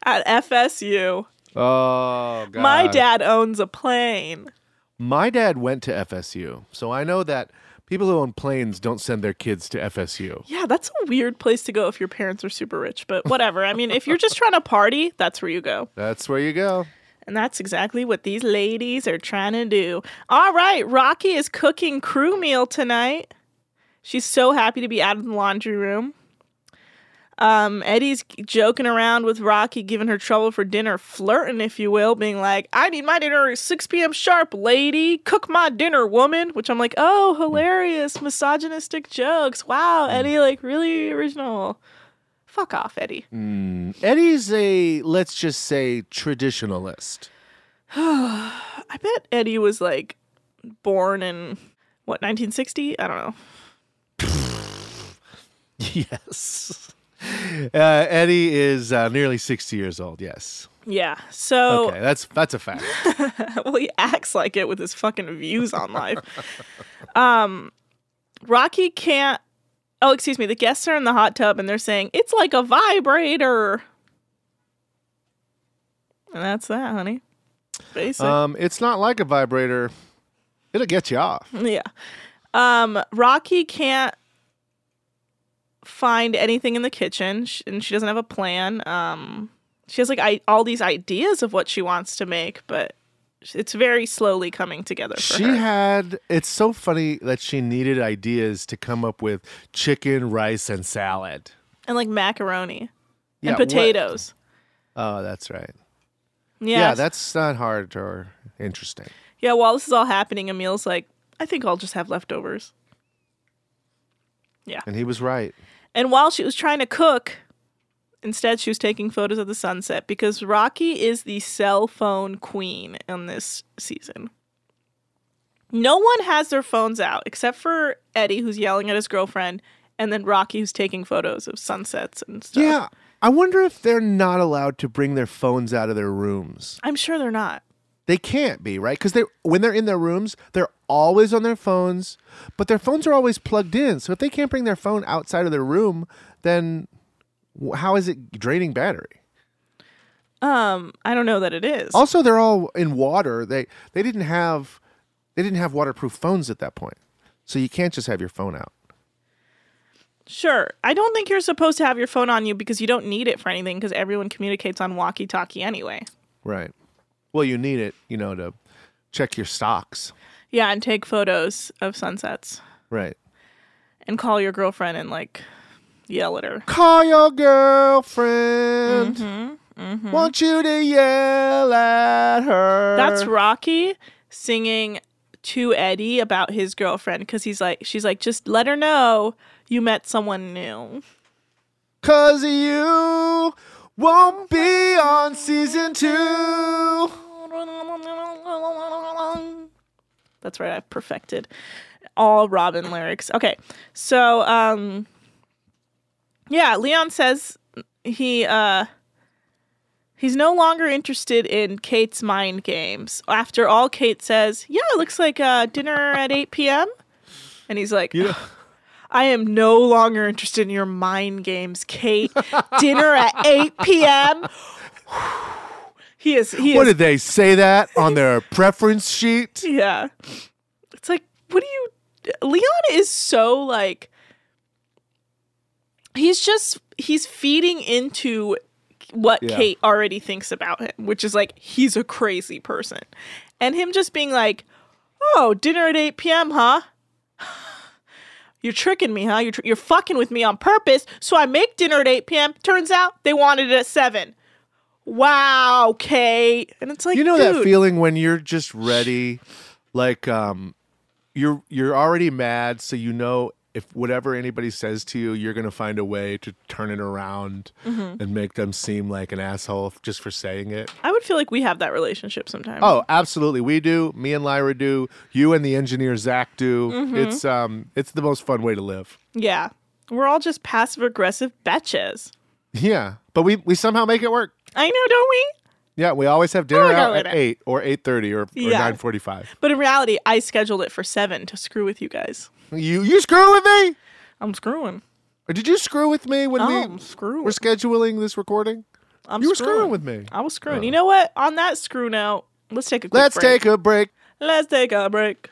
B: at FSU.
C: Oh, God.
B: My dad owns a plane.
C: My dad went to FSU, so I know that people who own planes don't send their kids to FSU.
B: Yeah, that's a weird place to go if your parents are super rich, but whatever. I mean, if you're just trying to party, that's where you go.
C: That's where you go.
B: And that's exactly what these ladies are trying to do. All right, Rocky is cooking crew meal tonight. She's so happy to be out of the laundry room. Um, Eddie's joking around with Rocky, giving her trouble for dinner, flirting, if you will, being like, I need my dinner at 6 p.m. sharp, lady. Cook my dinner, woman. Which I'm like, oh, hilarious, misogynistic jokes. Wow, Eddie, like, really original. Fuck off, Eddie.
C: Mm, Eddie's a let's just say traditionalist.
B: I bet Eddie was like born in what 1960? I don't know.
C: yes. Uh, Eddie is uh, nearly sixty years old. Yes.
B: Yeah. So
C: okay, that's that's a fact.
B: well, he acts like it with his fucking views on life. um, Rocky can't. Oh, excuse me. The guests are in the hot tub and they're saying it's like a vibrator. And that's that, honey. Basically.
C: um, it's not like a vibrator; it'll get you off.
B: Yeah. Um, Rocky can't find anything in the kitchen sh- and she doesn't have a plan. Um, she has like I- all these ideas of what she wants to make, but it's very slowly coming together for
C: She
B: her.
C: had. It's so funny that she needed ideas to come up with chicken, rice, and salad.
B: and like macaroni
C: Yeah,
B: and
C: what-
B: potatoes.
C: Oh, that's right.
B: Yeah.
C: Yeah,
B: Yeah,
C: that's not hard or interesting.
B: while this is all happening, Emil's like, I think I'll just have leftovers. Yeah.
C: And he was right.
B: And while she was trying to cook, instead she was taking photos of the sunset because Rocky is the cell phone queen in this season. No one has their phones out except for Eddie, who's yelling at his girlfriend, and then Rocky, who's taking photos of sunsets and stuff.
C: Yeah, I wonder if they're not allowed to bring their phones out of their rooms.
B: I'm sure they're not.
C: They can't be right because they when they're in their rooms, they're always on their phones, but their phones are always plugged in. So if they can't bring their phone outside of their room, then wh- how is it draining battery?
B: Um, I don't know that it is.
C: Also, they're all in water. They they didn't have they didn't have waterproof phones at that point, so you can't just have your phone out.
B: Sure. I don't think you're supposed to have your phone on you because you don't need it for anything because everyone communicates on walkie talkie anyway.
C: Right. Well, you need it, you know, to check your stocks.
B: Yeah, and take photos of sunsets.
C: Right.
B: and call your girlfriend and like yell at her.
C: Call your girlfriend. Want you to yell at her.
B: That's Rocky singing to Eddie about his girlfriend because he's like, she's like, just let her know you met someone new.
C: Cause you won't be on season two.
B: That's right, I've perfected all Robin lyrics. Okay, so um, yeah, Leon says he uh he's no longer interested in Kate's mind games. After all, Kate says, "Yeah, it looks like uh, dinner at eight p.m." And he's like, "I am no longer interested in your mind games, Kate. Dinner at eight p.m." He is. He
C: What
B: is
C: did they say that on their preference sheet?
B: yeah. It's like, what do you. Leon is so like. He's just. He's feeding into what
I: Yeah.
B: Kate already thinks about him, which is like, he's a crazy person. And him just being like, oh, dinner at 8 p.m., huh? You're tricking me, huh? You're, tr- you're fucking with me on purpose. So I make dinner at 8 p.m. Turns out they wanted it at 7. Wow, Kate. And it's like,
C: you know that
B: dude.
C: feeling when you're just ready like um you're you're already mad so you know if whatever anybody says to you you're going to find a way to turn it around
B: Mhm.
C: and make them seem like an asshole f- just for saying it
B: I would feel like we have that relationship sometimes.
C: oh absolutely we do me and lyra do you and the engineer zach do
B: Mhm.
C: it's um it's the most fun way to live
B: yeah. We're all just passive aggressive betches.
C: yeah but we we somehow make it work
B: I know, don't we?
C: Yeah, we always have dinner
B: I'll go
C: out
B: with
C: at
B: Oh, it.
C: eight or eight thirty or,
B: Yeah.
C: or nine forty five.
B: But in reality, I scheduled it for seven to screw with you guys.
C: You you screw with me?
B: I'm screwing.
C: Or did you screw with me when we
B: I'm screwing.
C: were scheduling this recording?
B: I'm
C: you were
B: screwing.
C: screwing with me. Oh.
B: I was screwing. You know what? On that screw note, let's take a quick
C: Let's
B: break.
C: take a break.
B: Let's take a break.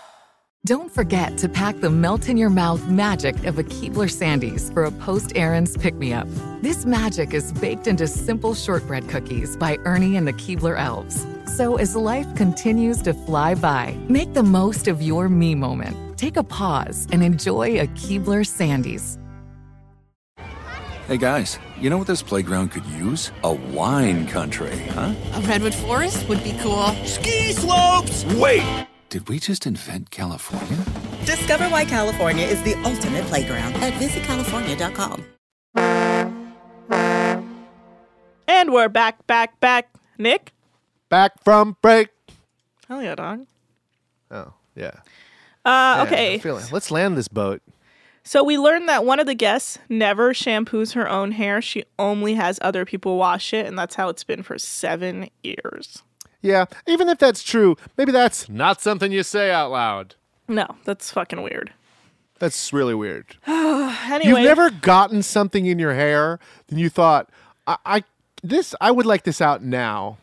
E: Don't forget to pack the melt in your mouth magic of a Keebler Sandies for a post errands pick me up. This magic is baked into simple shortbread cookies by Ernie and the Keebler Elves. So as life continues to fly by, make the most of your me moment. Take a pause and enjoy a Keebler Sandies.
F: Hey guys, you know what this playground could use? A wine country, huh?
G: A redwood forest would be cool.
F: Ski slopes! Wait! Did we just invent California?
H: Discover why California is the ultimate playground at visitcalifornia.com.
B: And we're back, back, back. Nick?
C: Back from break.
B: Hell yeah, dog.
C: Oh, yeah.
B: Uh,
C: Man,
B: okay.
C: I'm feeling- Let's land this boat.
B: So we learned that one of the guests never shampoos her own hair. She only has other people wash it, and that's how it's been for seven years.
C: Yeah, even if that's true, maybe that's not something you say out loud.
B: No, that's fucking weird.
C: That's really weird.
B: anyway,
C: You've never gotten something in your hair and you thought, I, I this I would like this out now.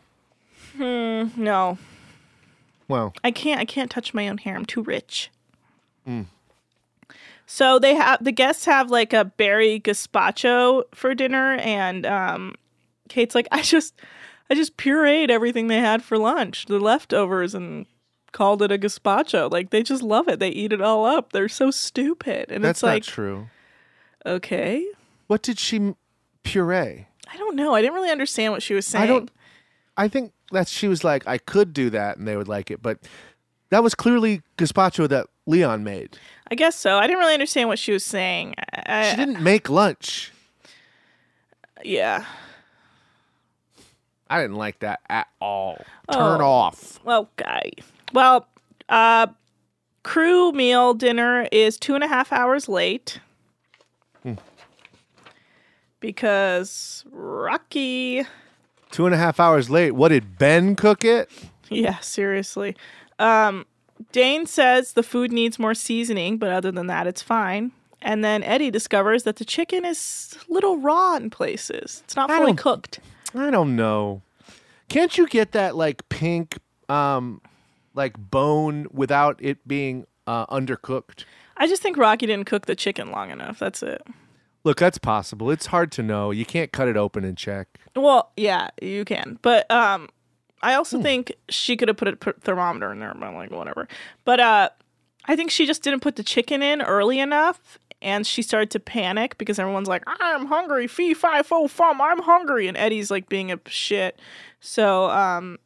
B: Hmm, no,
C: Well,
B: I can't. I can't touch my own hair. I'm too rich.
C: Hmm.
B: So they have the guests have like a berry gazpacho for dinner, and um, Kate's like, I just, I just pureed everything they had for lunch, the leftovers, and called it a gazpacho. Like they just love it. They eat it all up. They're so stupid, and
C: that's
B: it's
C: not
B: like,
C: true.
B: okay,
C: What did she m- puree?
B: I don't know. I didn't really understand what she was saying.
C: I don't I think that she was like, I could do that and they would like it, but that was clearly gazpacho that Leon made.
B: I guess so. I didn't really understand what she was saying. I,
C: She didn't make lunch.
B: Yeah.
C: I didn't like that at all. Turn
B: Oh.
C: off.
B: Okay. Well, uh, crew meal dinner is two and a half hours late
C: Hmm.
B: because Rocky.
C: Two and a half hours late. What did Ben cook it?
B: Yeah, seriously. Um, Dane says the food needs more seasoning, but other than that, it's fine. And then Eddie discovers that the chicken is a little raw in places. It's not
C: I
B: fully
C: don't-
B: cooked.
C: I don't know. Can't you get that like pink, um, like bone without it being uh, undercooked?
B: I just think Rocky didn't cook the chicken long enough. That's it.
C: Look, that's possible. It's hard to know. You can't cut it open and check.
B: Well, yeah, you can, but um, I also think she could have put a p- thermometer in there, but like whatever. But uh, I think she just didn't put the chicken in early enough, and she started to panic because everyone's like, "I'm hungry, fee fi fo fum, I'm hungry," and Eddie's like being a shit. So um,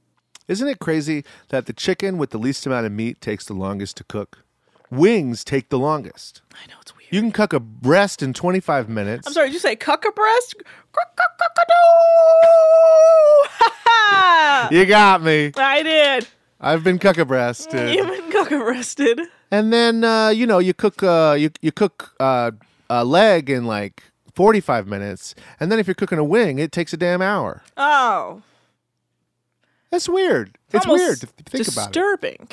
C: Isn't it crazy that the chicken with the least amount of meat takes the longest to cook? Wings take the longest. I know it's weird. You can cook a breast in 25 minutes.
B: I'm sorry, did you say cuck a breast? Cuck-cuck-cuck-a-doo!
C: You got me.
B: I did.
C: I've been cuck a breast. uh,
B: You've been cuck a breasted.
C: And then uh, you know you cook uh, you you cook uh, a leg in like forty five minutes, and then if you're cooking a wing, it takes a damn hour.
B: Oh,
C: That's weird. It's,
B: almost
C: weird to th- think about it.
B: Disturbing.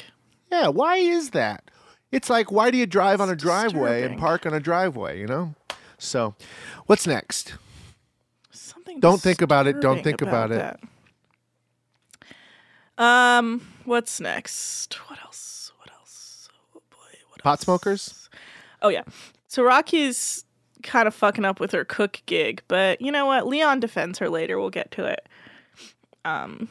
C: Yeah, why is that? It's like why do you drive on a driveway and park on a driveway? You know. So, what's next?
B: Something.
C: Don't think about it. Don't
B: disturbing
C: think about, it.
B: that. Um, what's next? What else? What else?
C: Pot smokers.
B: Oh yeah. So Rocky's kind of fucking up with her cook gig, but you know what? Leon defends her later. We'll get to it. Um,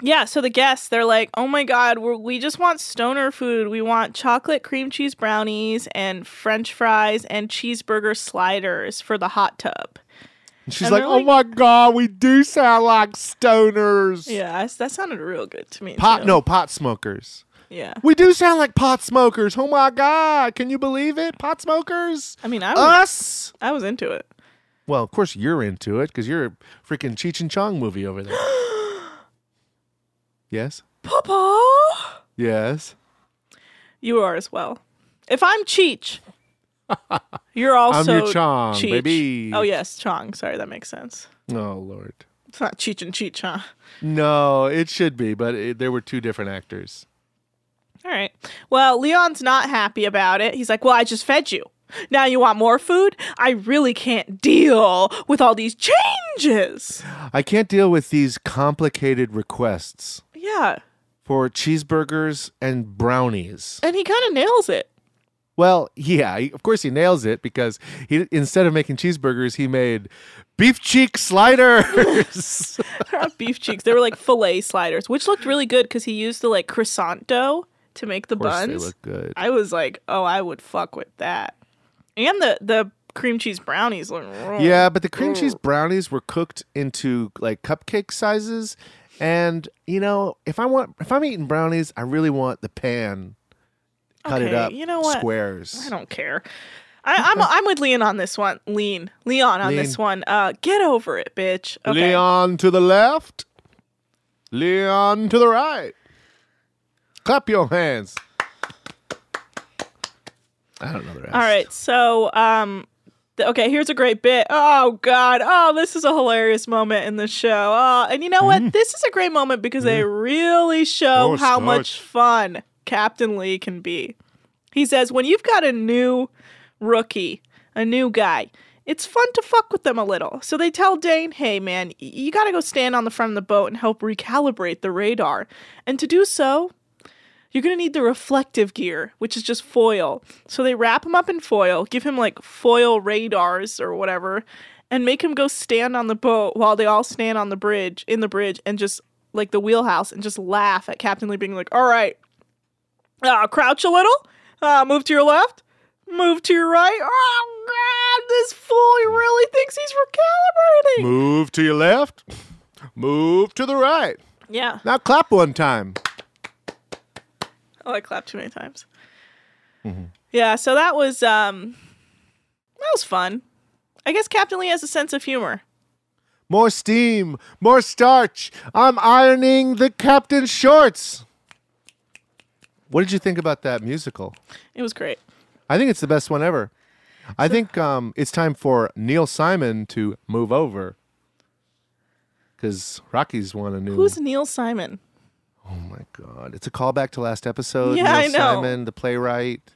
B: Yeah, so the guests, they're like, oh my God, we're, we just want stoner food. We want chocolate cream cheese brownies and french fries and cheeseburger sliders for the hot tub.
C: And she's
B: And
C: like,
B: they're
C: oh my God, we do sound like stoners.
B: Yeah, that's- that sounded real good to me.
C: Pot,
B: too.
C: no, pot smokers.
B: Yeah.
C: We do sound like pot smokers. Oh my God. Can you believe it? Pot smokers?
B: I mean, I was,
C: Us?
B: I was into it.
C: Well, of course you're into it because you're a freaking Cheech and Chong movie over there. yes?
B: Papa,
C: Yes.
B: you are as well. If I'm Cheech, you're also
C: your Chong,
B: Cheech.
C: baby.
B: Oh, yes, Chong. Sorry, that makes sense.
C: Oh, Lord.
B: It's not Cheech and Cheech, huh?
C: No, it should be, but it, there were two different actors.
B: All right. Well, Leon's not happy about it. He's like, Well, I just fed you. Now you want more food? I really can't deal with all these changes.
C: I can't deal with these complicated requests
B: Yeah.
C: for cheeseburgers and brownies.
B: And he kind of nails it.
C: Well, yeah, he- of course he nails it because he instead of making cheeseburgers, he made beef cheek sliders.
B: They're not beef cheeks. They were like filet sliders, which looked really good because he used the like croissant dough to make the
C: Of course they
B: buns.
C: look good.
B: I was like, Oh, I would fuck with that. And the, the cream cheese brownies look
C: yeah, but the cream cheese brownies were cooked into like cupcake sizes, and you know, if I want, if I'm eating brownies, I really want the pan cut it
B: Okay,
C: up,
B: you know what?
C: squares.
B: I don't care. I, I'm I'm with Leon on this one. Lean, Leon on this
C: Lean.
B: one. Uh, get over it, bitch. Okay.
C: Leon to the left, Leon to the right. Clap your hands. I don't know the rest.
B: All right. So, um, th- okay. Here's a great bit. Oh God. Oh, this is a hilarious moment in the show. Oh, and you know what? This is a great moment because they really show
I: Oh,
B: how
I: starch.
B: much fun Captain Lee can be. He says, when you've got a new rookie, a new guy. It's fun to fuck with them a little. So they tell Dane, hey man, y- you gotta go stand on the front of the boat and help recalibrate the radar. And to do so, you're gonna need the reflective gear, which is just foil. So they wrap him up in foil, give him like foil radars or whatever, and make him go stand on the boat while they all stand on the bridge, in the bridge, and just like the wheelhouse and just laugh at Captain Lee being like, all right, uh, crouch a little, uh, move to your left, move to your right. Oh, God, this fool, he really thinks he's recalibrating.
C: Move to your left. Move to the right.
B: Yeah.
C: Now clap one time.
B: Oh, I clapped too many times.
C: Mm-hmm.
B: Yeah, so that was um that was fun. I guess Captain Lee has a sense of humor.
C: More steam. More starch. I'm ironing the captain's shorts. What did you think about that musical?
B: It was great.
C: I think it's the best one ever. I think um, it's time for Neil Simon to move over because Rocky's won a new.
B: Who's Neil Simon?
C: oh my god! It's a callback to last episode.
B: Yeah,
C: Neil
B: I know.
C: Simon, the playwright.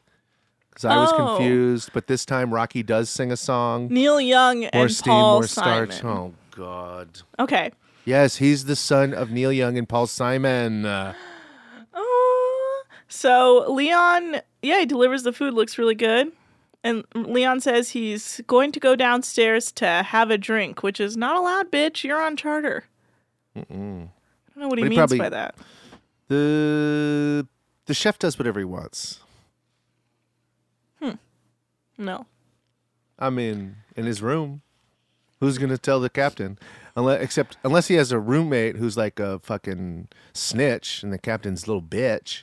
C: Because I was
B: Oh.
C: confused, but this time Rocky does sing a song.
B: Neil Young
C: more
B: and
C: steam,
B: Paul
C: more starch.
B: Simon.
C: Oh god.
B: Okay.
C: Yes, he's the son of Neil Young and Paul Simon. Uh,
B: So Leon, yeah, he delivers the food, looks really good. And Leon says he's going to go downstairs to have a drink, which is not allowed, bitch. You're on charter.
C: mm-mm.
B: I don't know what he
C: But he
B: means
C: probably-
B: by that.
C: The the chef does whatever he wants.
B: No.
C: I mean, in his room. Who's gonna tell the captain? Unless, except unless he has a roommate who's like a fucking snitch, and the captain's little bitch.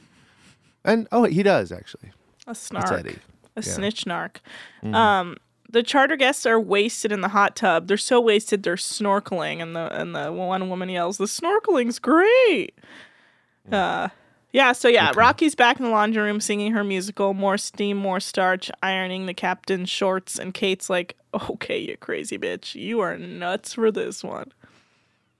C: And oh, he does actually.
B: A
C: It's
B: snark.
C: Eddie.
B: A
C: Yeah.
B: snitch narc.
C: Mhm.
B: Um, the charter guests are wasted in the hot tub. They're so wasted they're snorkeling, and the and the one woman yells, "The snorkeling's great." Uh, yeah. So yeah, Rocky's back in the laundry room singing her musical. More steam, more starch. Ironing the captain's shorts, and Kate's like, "Okay, you crazy bitch, you are nuts for this one."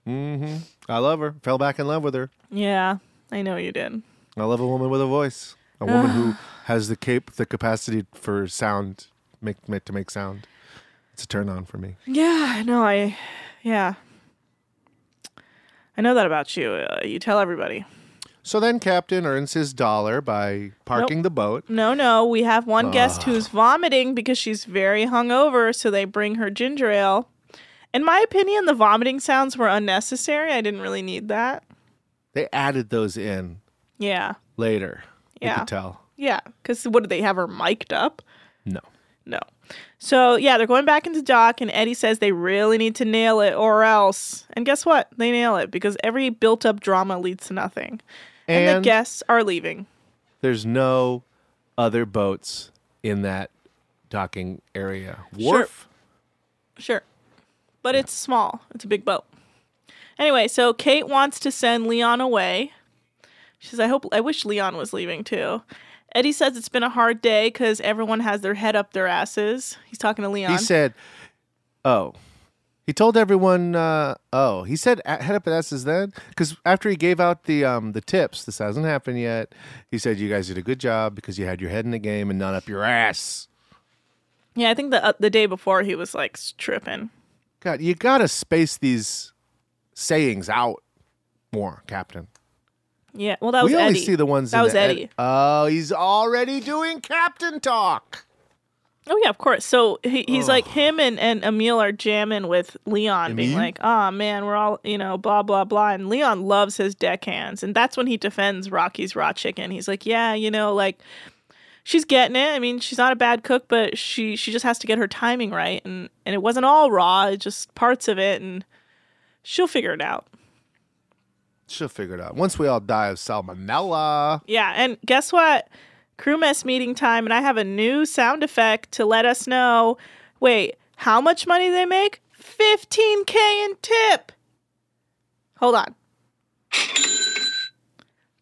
C: Mm-hmm. I love her. Fell back in love with her.
B: Yeah, I know you did.
C: I love a woman with a voice. A woman who has the cape, the capacity for sound, make, make to make sound. It's a turn on for me.
B: Yeah, no, I, yeah, I know that about you. Uh, you tell everybody.
C: So then Captain earns his dollar by parking the boat.
B: No, no, we have one guest
C: Ugh.
B: who's vomiting because she's very hungover, so they bring her ginger ale. In my opinion, the vomiting sounds were unnecessary. I didn't really need that.
C: They added those in
B: Yeah.
C: later. You
B: Yeah.
C: could tell.
B: Yeah. Because what do they have her mic'd up?
C: No.
B: No. So yeah, they're going back into dock, and Eddie says they really need to nail it, or else. And guess what? They nail it because every built-up drama leads to nothing, and,
C: And-
B: the guests are leaving.
C: There's no other boats in that docking area. Wharf?
B: Sure, but it's small. It's a big boat. Anyway, so Kate wants to send Leon away. She says, "I hope. I wish Leon was leaving too." Eddie says it's been a hard day because everyone has their head up their asses. He's talking to Leon.
C: He said, "Oh." He told everyone, uh, "Oh." He said, "A- "Head up at asses then," because after he gave out the um, the tips, this hasn't happened yet. He said, "You guys did a good job because you had your head in the game and not up your ass."
B: "Yeah, I think the uh, the day before he was like s- tripping."
C: God, you gotta space these sayings out more, Captain.
B: Yeah, well, that was
C: we only
B: Eddie.
C: see the ones
B: that
C: in
B: was
C: the Ed-
B: Eddie.
C: oh, he's already doing Captain talk.
B: Oh yeah, of course. So he, he's like him and and Emil are jamming with Leon, being
C: Emil?
B: like, "Oh man, we're all you know, blah blah blah." And Leon loves his deckhands, and that's when he defends Rocky's raw chicken. He's like, "Yeah, you know, like she's getting it. I mean, she's not a bad cook, but she she just has to get her timing right, and and it wasn't all raw, it just parts of it, and she'll figure it out."
C: She'll figure it out once we all die of salmonella.
B: Yeah, and guess what? Crew mess meeting time, and I have a new sound effect to let us know. Wait, how much money they make? 15k in tip. Hold on.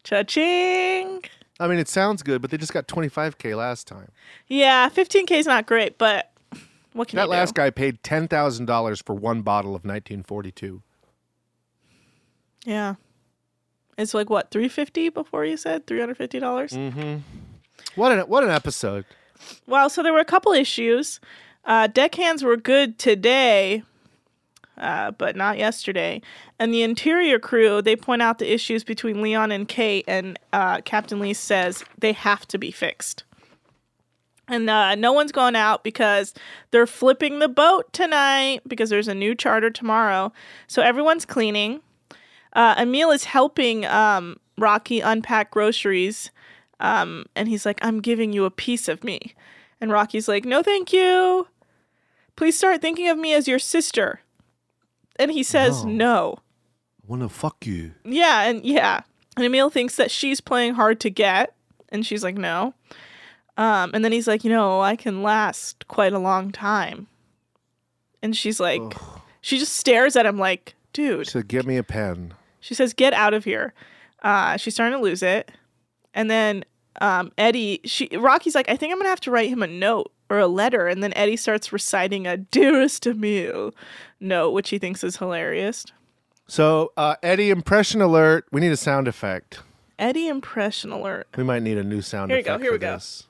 B: Cha-ching.
C: I mean, it sounds good, but they just got 25k last time.
B: Yeah, 15k is not great, but what can
C: that
B: you
C: last
B: do?
C: guy paid ten thousand dollars for one bottle of 1942.
B: Yeah. It's like what, 350 before you said? $350? dollars
C: Mm-hmm. What an what an episode!
B: Well, so there were a couple issues. Uh, deckhands were good today, uh, but not yesterday. And the interior crew, they point out the issues between Leon and Kate, and uh, Captain Lee says they have to be fixed. And uh, no one's going out because they're flipping the boat tonight because there's a new charter tomorrow. So everyone's cleaning. Uh, Emil is helping um, Rocky unpack groceries. Um, and he's like, I'm giving you a piece of me. And Rocky's like, No, thank you. Please start thinking of me as your sister. And he says, No.
C: I want to fuck you.
B: Yeah, and yeah. And Emil thinks that she's playing hard to get. And she's like, No. Um, and then he's like, You know, I can last quite a long time. And she's like, She just stares at him like, Dude.
C: So give me a pen.
B: She says, "Get out of here." Uh, she's starting to lose it, and then um, Eddie, she Rocky's like, "I think I'm gonna have to write him a note or a letter." And then Eddie starts reciting a "Dearest Emil" note, which he thinks is hilarious.
C: So uh, Eddie, impression alert. We need a sound effect.
B: Eddie impression alert.
C: We might need a new sound
B: Here we go,
C: effect.
B: here
C: for
B: we go.
C: this.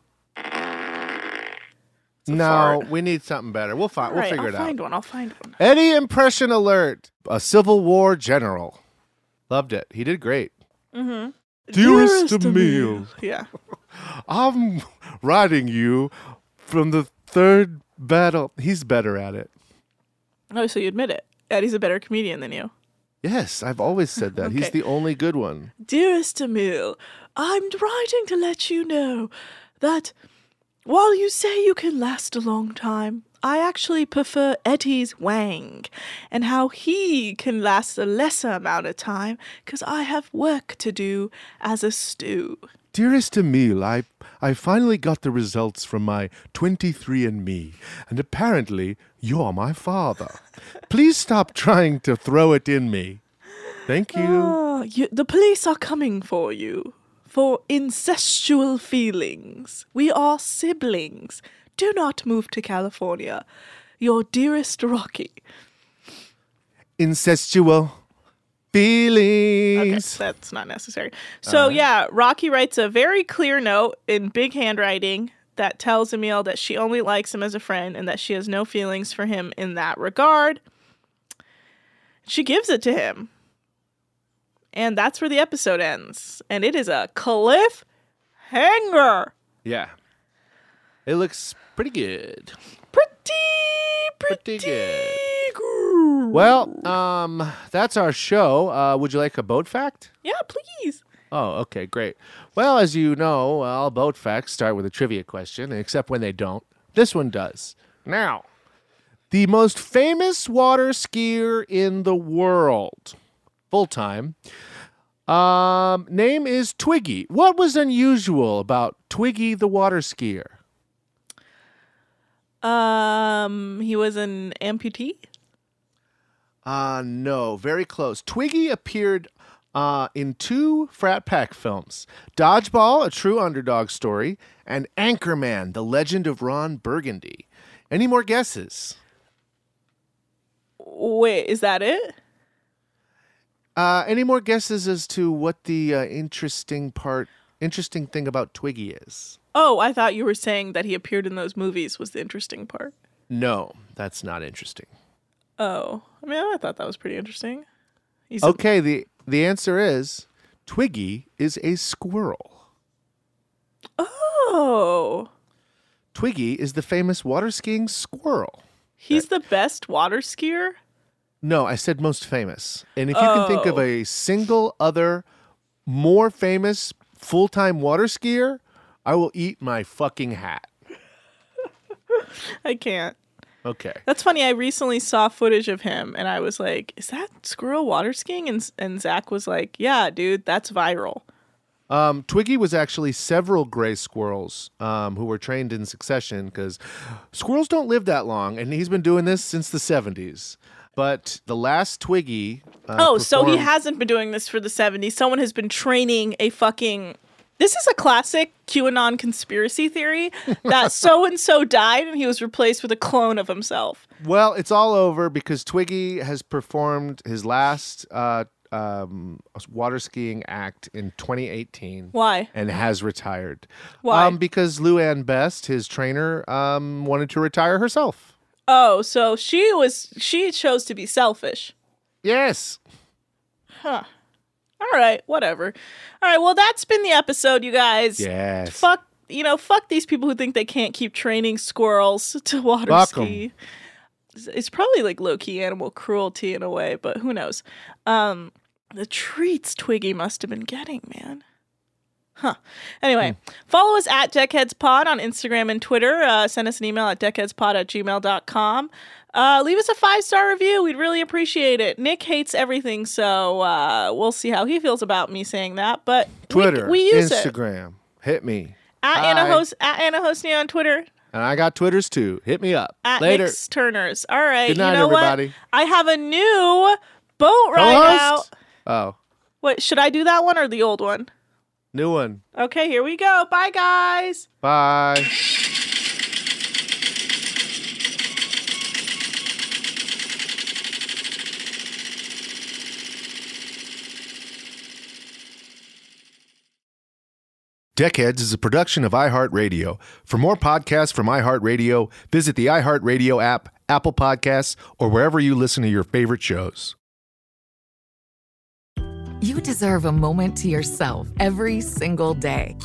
C: No, we need something better. Uh, We'll find.
B: All
C: We'll
B: right,
C: figure
B: I'll
C: it out.
B: find one. I'll find one.
C: Eddie impression alert. A Civil War general. Loved it. He did great.
B: Mm-hmm.
C: Dearest Emil.
B: Yeah.
C: I'm riding you from the third battle. He's better at it.
B: Oh, so you admit it? Eddie's a better comedian than you.
C: Yes, I've always said that. He's
B: Okay.
C: the only good one.
B: Dearest Emil, I'm writing to let you know that while you say you can last a long time, I actually prefer Eddie's Wang and how he can last a lesser amount of time because I have work to do as a stew.
C: Dearest Emil, I I finally got the results from my 23andMe, and apparently you're my father. Please stop trying to throw it in me. Thank you.
B: Ah, you. The police are coming for you for incestual feelings. We are siblings. Do not move to California. Your dearest Rocky.
C: Incestual feelings.
B: Okay, that's not necessary.
C: Uh-huh.
B: So yeah, Rocky writes a very clear note in big handwriting that tells Emil that she only likes him as a friend and that she has no feelings for him in that regard. She gives it to him. And that's where the episode ends. And it is a cliff hanger.
C: Yeah. It looks pretty good.
B: Pretty,
C: Pretty good.
B: pretty
C: Well, um, that's our show. Uh, would you like a boat fact?
B: Yeah, please.
C: Oh, okay, great. Well, as you know, all boat facts start with a trivia question, except when they don't. This one does. Now, the most famous water skier in the world, full time, um, name is Twiggy. What was unusual about Twiggy the water skier?
B: Um, he was an amputee.
C: Uh, no, very close. Twiggy appeared uh, in two Frat Pack films Dodgeball, a true underdog story, and Anchorman, the legend of Ron Burgundy. Any more guesses?
B: Wait, is that it?
C: Uh, any more guesses as to what the uh, interesting part, interesting thing about Twiggy is?
B: Oh, I thought you were saying that he appeared in those movies was the interesting part.
C: No, that's not interesting.
B: Oh, I mean, I thought that was pretty interesting. He's a-
C: Okay, the the answer is Twiggy is a squirrel.
B: oh,
C: Twiggy is the famous water skiing squirrel.
B: he's the best water skier.
C: No, I said most famous. And if you can think of
B: Oh.
C: a single other more famous full time water skier, I will eat my fucking hat.
B: I can't.
C: Okay.
B: That's funny. I recently saw footage of him, and I was like, "Is that squirrel water skiing?" And and Zach was like, "Yeah, dude, that's viral."
C: Um, Twiggy was actually several gray squirrels um, who were trained in succession because squirrels don't live that long, and he's been doing this since the 70s. But the last Twiggy. Uh,
B: oh, so he
C: performed-
B: hasn't been doing this for the 70s. Someone has been training a fucking. This is a classic QAnon conspiracy theory that so and so died and he was replaced with a clone of himself.
C: Well, it's all over because Twiggy has performed his last uh, um, water skiing act in 2018.
B: Why?
C: And has retired.
B: Why?
C: Um, because Luann Best, his trainer, um, wanted to retire herself.
B: Oh, so she was. She chose to be selfish.
C: Yes.
B: Huh. All right, whatever. All right, well, that's been the episode, you guys.
C: Yes.
B: Fuck, you know, fuck these people who think they can't keep training squirrels to water
C: Fuck 'em.
B: ski. It's- It's probably like low key animal cruelty in a way, but who knows? Um, the treats Twiggy must have been getting, man. Huh. Anyway,
C: Hmm.
B: follow us at DeckheadsPod on Instagram and Twitter. Uh, send us an email at deckheadspod at gmail.com. Uh, leave us a five star review. We'd really appreciate it. Nick hates everything, so uh, we'll see how he feels about me saying that. But we-
C: Twitter,
B: we, use it.
C: Instagram. Hit me.
B: At
C: Hi.
B: Anna Host at Anna Hostney on Twitter.
C: And I got Twitters too. Hit me up.
B: At
C: Later.
B: Nick's Turners. All right.
C: Good night,
B: you know
C: everybody.
B: What? I have a new boat ride out.
C: Co-host? Oh,
B: What should I do that one or the old one?
C: new one.
B: Okay, here we go. Bye guys.
C: Bye. Deckheads is a production of iHeartRadio. For more podcasts from iHeartRadio, visit the iHeartRadio app, Apple Podcasts, or wherever you listen to your favorite shows.
E: You deserve a moment to yourself every single day.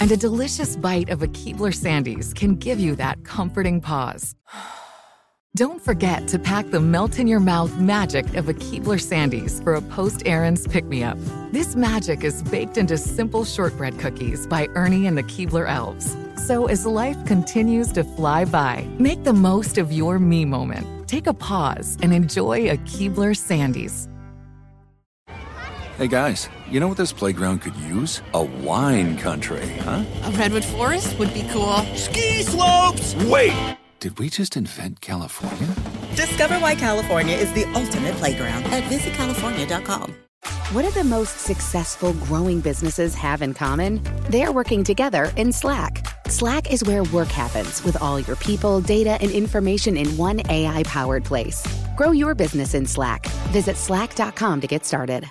E: And a delicious bite of a Keebler Sandies can give you that comforting pause. Don't forget to pack the melt in your mouth magic of a Keebler Sandies for a post errands pick me up. This magic is baked into simple shortbread cookies by Ernie and the Keebler Elves. So as life continues to fly by, make the most of your me moment. Take a pause and enjoy a Keebler Sandies.
F: Hey guys, you know what this playground could use? A wine country, huh?
G: A redwood forest would be cool.
D: Ski slopes!
F: Wait! Did we just invent California?
H: Discover why California is the ultimate playground at visitcalifornia.com.
I: What do the most successful growing businesses have in common? They're working together in Slack. Slack is where work happens with all your people, data, and information in one AI powered place. Grow your business in Slack. Visit slack.com to get started.